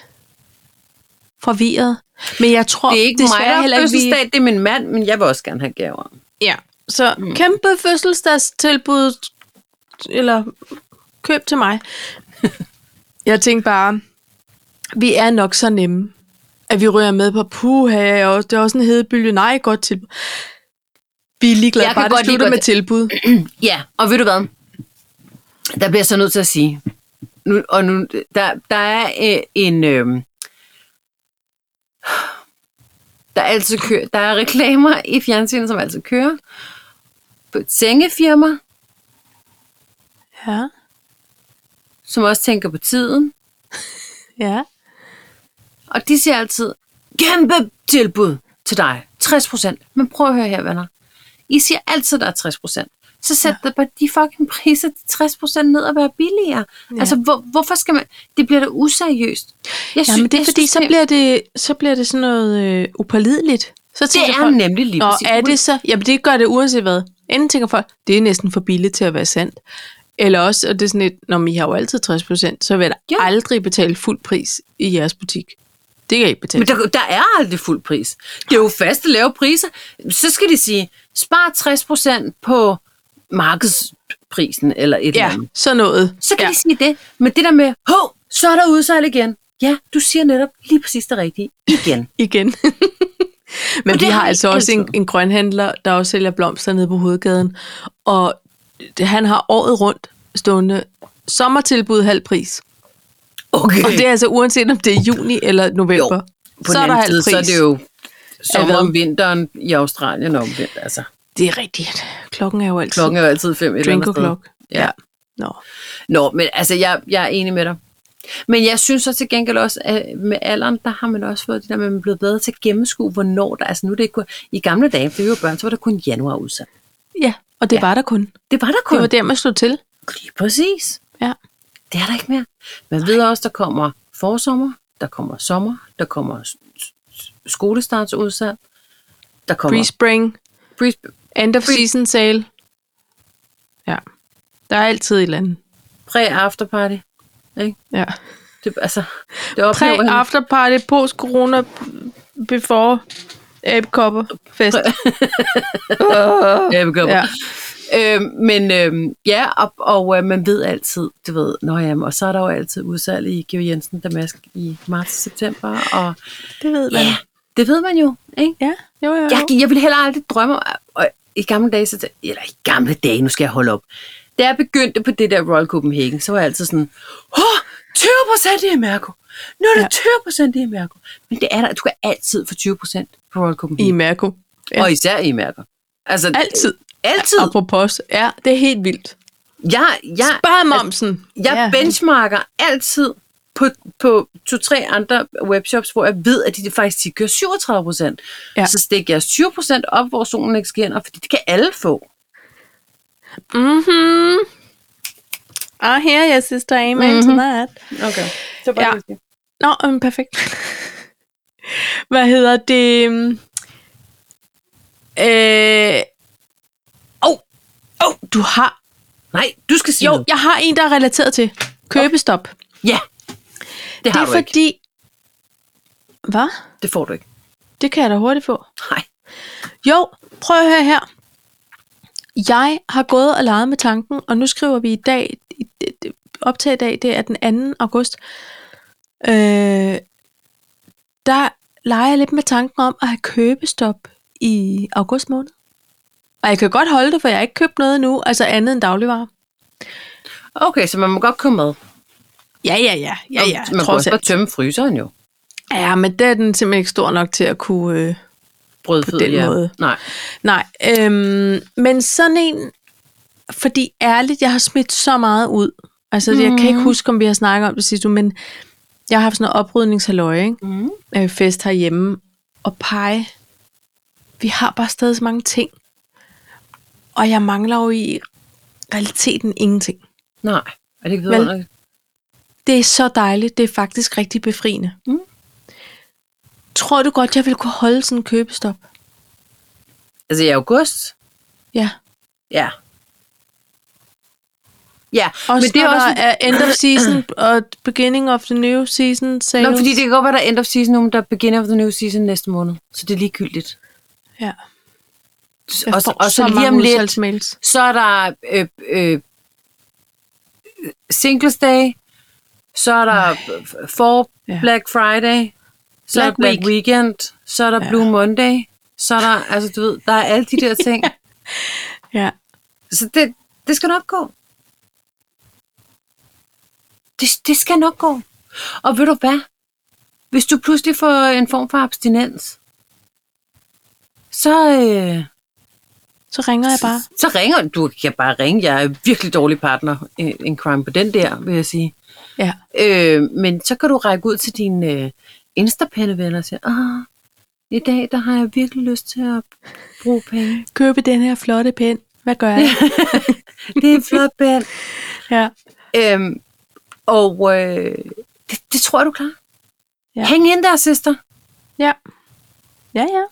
A: forvirret. Men jeg tror,
B: Det er ikke mig,
A: desværre
B: der
A: heller
B: har
A: ikke, vi-
B: fødselsdag, det er min mand, men jeg vil også gerne have gaver.
A: Ja, så mm. kæmpe fødselsdagstilbud, eller køb til mig. <laughs> jeg tænkte bare, vi er nok så nemme, at vi ryger med på puha, og det er også en hedebølge, nej, godt tilbud. Vi er ligeglade,
B: Jeg kan
A: bare det
B: godt lide
A: slutter med
B: godt-
A: tilbud.
B: Ja, og ved du hvad? Der bliver jeg så nødt til at sige. Nu, og nu, der, der er øh, en... Øh, der, er altid kø, der er reklamer i fjernsynet, som altid kører. På et Sengefirma,
A: Ja,
B: som også tænker på tiden.
A: ja.
B: Og de siger altid, kæmpe tilbud til dig. 60%. Men prøv at høre her, venner. I siger altid, der er 60%. Så sæt ja. bare de fucking priser de 60% ned og være billigere.
A: Ja.
B: Ja. Altså, hvor, hvorfor skal man... Det bliver da useriøst. Jeg
A: Ja, men det er
B: jeg
A: fordi, så
B: det-
A: bliver det, så bliver det sådan noget øh, upålideligt. Så
B: Det
A: tænker
B: er
A: folk,
B: nemlig lige
A: Nå,
B: præcis.
A: er det så? Jamen, det gør det uanset hvad. Enten tænker folk, det er næsten for billigt til at være sandt. Eller også, og det er sådan et, når I har jo altid 60 procent, så vil jeg
B: Ja.
A: ja. aldrig betale fuld pris i jeres butik. Det kan I ikke betale.
B: Men der, der er aldrig fuld pris. Det er jo faste lave priser. Så skal de sige, spar 60% på markedsprisen eller et eller
A: ja,
B: andet.
A: sådan noget.
B: Så kan
A: ja.
B: ja. de sige det. Men det der med, hov, så er der udsalg igen. Ja, du siger netop lige præcis det rigtige igen.
A: igen. <laughs> Men
B: Og
A: vi
B: det
A: har
B: har vi
A: altså også en,
B: altid.
A: en grønhandler, der også sælger blomster nede på hovedgaden, og det, han har året rundt stående sommertilbud halv pris.
B: Okay.
A: Og det er altså uanset om det er juni eller november. Jo,
B: på så den
A: er der
B: anden
A: halv
B: side,
A: pris.
B: så er det jo sommer
A: hvad?
B: om vinteren i Australien omvendt. Altså,
A: det er rigtigt. Klokken er jo altid
B: klokken er jo altid fem eller
A: drink
B: andet sted.
A: o'clock.
B: Ja.
A: Nå.
B: Nå, men altså, jeg, jeg er enig med dig. Men jeg synes så til gengæld også, at med alderen, der har man også fået det der, med, at man er blevet bedre til at gennemskue, hvornår der, altså nu er det ikke kun, i gamle dage, da vi var børn, så var der kun januar udsat.
A: Ja, og det ja.
B: Ja.
A: var der kun.
B: Det var der kun.
A: Det var der, man slog til.
B: Lige præcis.
A: Ja.
B: Det er der ikke mere. Man ved også, der kommer forsommer, der kommer sommer, der kommer s- s- skolestartsudsat, der kommer
A: Pre-spring,
B: Breeze,
A: end of season sale. Ja, der er altid et eller andet.
B: præ-afterparty.
A: Ja.
B: Det, altså, det oplever
A: Præ,
B: han.
A: after party, post corona, before abekopper, fest.
B: Ja, vi
A: <laughs>
B: gør
A: ja.
B: det. Øhm, men øhm, ja, og, og øh, man ved altid, du ved, nå jamen, og så er der jo altid udsalg i Geo Jensen Damask i marts september, og
A: Det ved man.
B: ja, det ved man jo, ikke?
A: Ja, jo, jo. jo.
B: Jeg, jeg ville heller aldrig drømme om, og i gamle dage, så, tæ- eller i gamle dage, nu skal jeg holde op, da jeg begyndte på det der Royal Copenhagen, så var jeg altid sådan, åh, 20 procent i Mærko, nu er det 20 procent i Mærko, men det er der, du kan altid få 20 procent på Royal Copenhagen.
A: I Mærko. Ja.
B: Ja. Og især e-mærker. Altså,
A: Altid.
B: Altid.
A: Apropos. Ja, det er helt vildt.
B: Jeg, jeg,
A: Spar momsen.
B: jeg ja. benchmarker altid på, på to-tre andre webshops, hvor jeg ved, at de faktisk de kører 37 procent.
A: Ja.
B: Ja. Så stikker jeg 20 procent op, hvor solen ikke skinner, fordi det kan alle få.
A: Mm-hmm. I hear your sister, amen mm-hmm. to
B: Mhm.
A: that.
B: Okay. Så
A: bare
B: bare
A: Ja. Nå, um, perfekt. Hvad hedder det? Øh... Oh, oh, du har
B: Nej, du skal sige
A: Jo,
B: noget.
A: jeg har en, der er relateret til. Købestop. Det,
B: Ja. Det har
A: er
B: det du ikke.
A: fordi... Hvad?
B: Det får du ikke.
A: Det kan jeg da hurtigt få.
B: Nej.
A: Jo, prøv at høre her. Jeg har gået og leget med tanken, og nu skriver vi i dag, i- det- det- optag i dag, det er den 2. august. Øh, der leger jeg lidt med tanken om at have købestop i august måned. Og jeg kan godt holde det, for jeg har ikke købt noget endnu, altså andet end dagligvarer.
B: Okay, så man må godt komme med.
A: Ja, ja, ja. ja,
B: Og
A: ja
B: man kan
A: trods
B: også bare tømme fryseren jo.
A: Ja, men der er den simpelthen ikke stor nok til at kunne... Øh...
B: Brødfød,
A: den
B: ja.
A: måde.
B: Nej.
A: Nej, øhm, men sådan en... Fordi ærligt, jeg har smidt så meget ud. Altså, mm. jeg kan ikke huske, om vi har snakket om det sidste uge, men jeg har haft sådan noget oprydningshalløj, ikke?
B: Mm.
A: Øh, fest herhjemme. Og pege. Vi har bare stadig så mange ting. Og jeg mangler jo i realiteten ingenting.
B: Nej. Er det ikke
A: Vel.
B: vidunderligt?
A: Det er så dejligt. Det er faktisk rigtig befriende.
B: Mm.
A: Tror du godt, jeg vil kunne holde sådan en købestop?
B: Altså i august?
A: Ja.
B: Ja. Ja,
A: Også
B: men det er også...
A: der er end of season og beginning of the new season sales.
B: Nå, fordi det kan godt være, der er end of season nu, men der er beginning of the new season næste måned. Så det er ligegyldigt.
A: Ja. Jeg
B: Og, så-
A: får
B: og så
A: så
B: lige om
A: mange
B: lidt,
A: udsalgsmails.
B: så er der øh, øh, Singles Day, så er der øh, for
A: Ja.
B: Black Friday, så Black er
A: Black
B: der Black
A: Week.
B: Weekend, så er der
A: Ja.
B: ja. Blue Monday, så er der, altså du ved, der er alle de der ting.
A: Ja.
B: Så det, det skal nok gå. Det, det skal nok gå. Og ved du hvad? Hvis du pludselig får en form for abstinens, så, øh,
A: Så ringer jeg bare.
B: så ringer du. kan bare ringe. Jeg er virkelig dårlig partner øh, in crime på den der, vil jeg sige.
A: Ja.
B: Øh, men så kan du række ud til dine øh, Insta-pennevenner og sige, Åh, i dag der har jeg virkelig lyst til at bruge penge.
A: Købe den her flotte pen. Hvad <laughs> gør jeg?
B: Det er en flot pen.
A: ja.
B: Øhm, og øh, det, det tror jeg, du klarer.
A: Ja.
B: Ja. Hæng ind der, søster.
A: Ja. Ja, ja.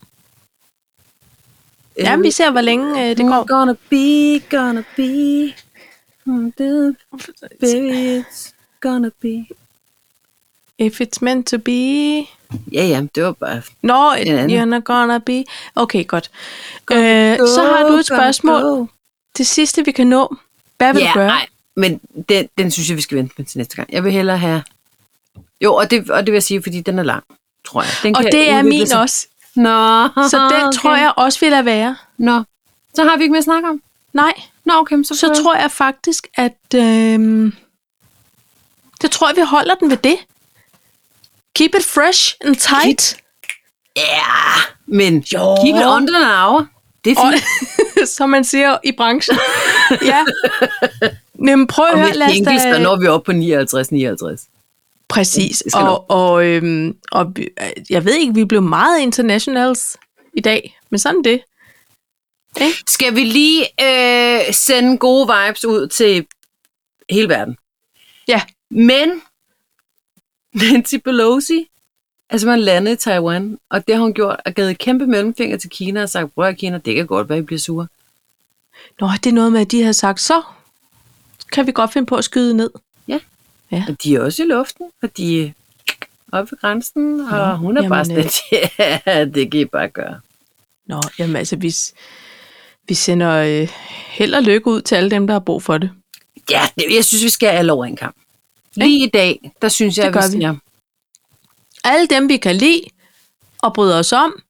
B: Øhm.
A: Ja, vi ser, hvor længe øh, det går.
B: Gonna be, gonna be. Mm, the baby, it's gonna be.
A: If it's meant to be...
B: Ja, ja, det var bare...
A: Nå, it,
B: En anden.
A: you're not gonna be... Okay, godt. Øh, så har du et spørgsmål. Det sidste, vi kan nå. Hvad vil
B: Ja,
A: du gøre?
B: nej, men den, den synes jeg, vi skal vente med til næste gang. Jeg vil hellere have Jo, og det, og det vil jeg sige, fordi den er lang, tror jeg. Den
A: Og
B: kan
A: det er
B: udvikle
A: min
B: sig.
A: også.
B: Nå,
A: Så den okay. tror jeg også vil der være.
B: Nå, så har vi ikke mere at snakke om.
A: Nej,
B: Nå, okay, men så,
A: så tror jeg faktisk, at... Øh, det tror jeg, vi holder den ved det. Keep it fresh and tight.
B: Ja, men
A: Jo.
B: keep it under an hour. Det er
A: Og, <laughs>
B: fint.
A: som man siger i <laughs> branchen. ja. Men prøv
B: Og
A: at høre,
B: med
A: lad os
B: Jenkins,
A: da...
B: der når vi op på 59-59.
A: Præcis.
B: Det skal
A: Og, og, øhm, og vi- øh, jeg ved ikke, vi blev meget internationals i dag, men sådan er det.
B: Skal vi lige øh, sende gode vibes ud til hele verden?
A: Ja.
B: Men <laughs> Nancy Pelosi er simpelthen landet i Taiwan, og det har hun gjort, og givet kæmpe mellemfinger til Kina og sagt, prøv at høre, Kina, det kan godt være, I bliver sure.
A: Nå, det er noget med, at de havde sagt, så kan vi godt finde på at skyde ned.
B: Og de er også i luften, og de er oppe ved grænsen, og
A: Nå,
B: hun er bare
A: jamen, øh.
B: sådan, <laughs> ja, det kan I bare gøre.
A: Nå, jamen altså, vi, s- vi sender øh, held og lykke ud til alle dem, der har brug for det.
B: Ja, det, jeg synes, vi skal have alle over en kamp. Lige i dag, der synes jeg,
A: Det gør
B: vi
A: vi.
B: siger,
A: Alle dem, vi kan lide og bryde os om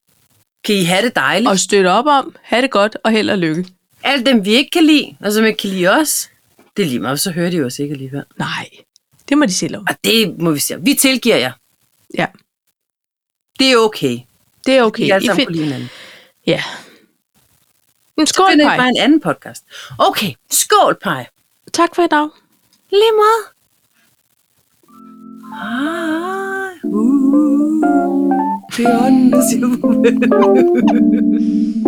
B: kan I have det dejligt? Og
A: og støtte op om, have det godt og held og lykke.
B: alle dem, vi ikke kan lide, og som ikke kan lide os, det er lige meget, så hører de os ikke alligevel.
A: Nej, det må de selv om.
B: Og det må vi sige. Vi tilgiver jer.
A: Ja,
B: Det er okay.
A: det er
B: Vi
A: okay.
B: er alle sammen
A: find-
B: på lige hinanden.
A: Ja. En skål,
B: Det er
A: Paj.
B: bare en anden podcast. Okay, skål, pej.
A: Tak for i dag.
B: Lige måde. Ah, uh, det er ånden, der siger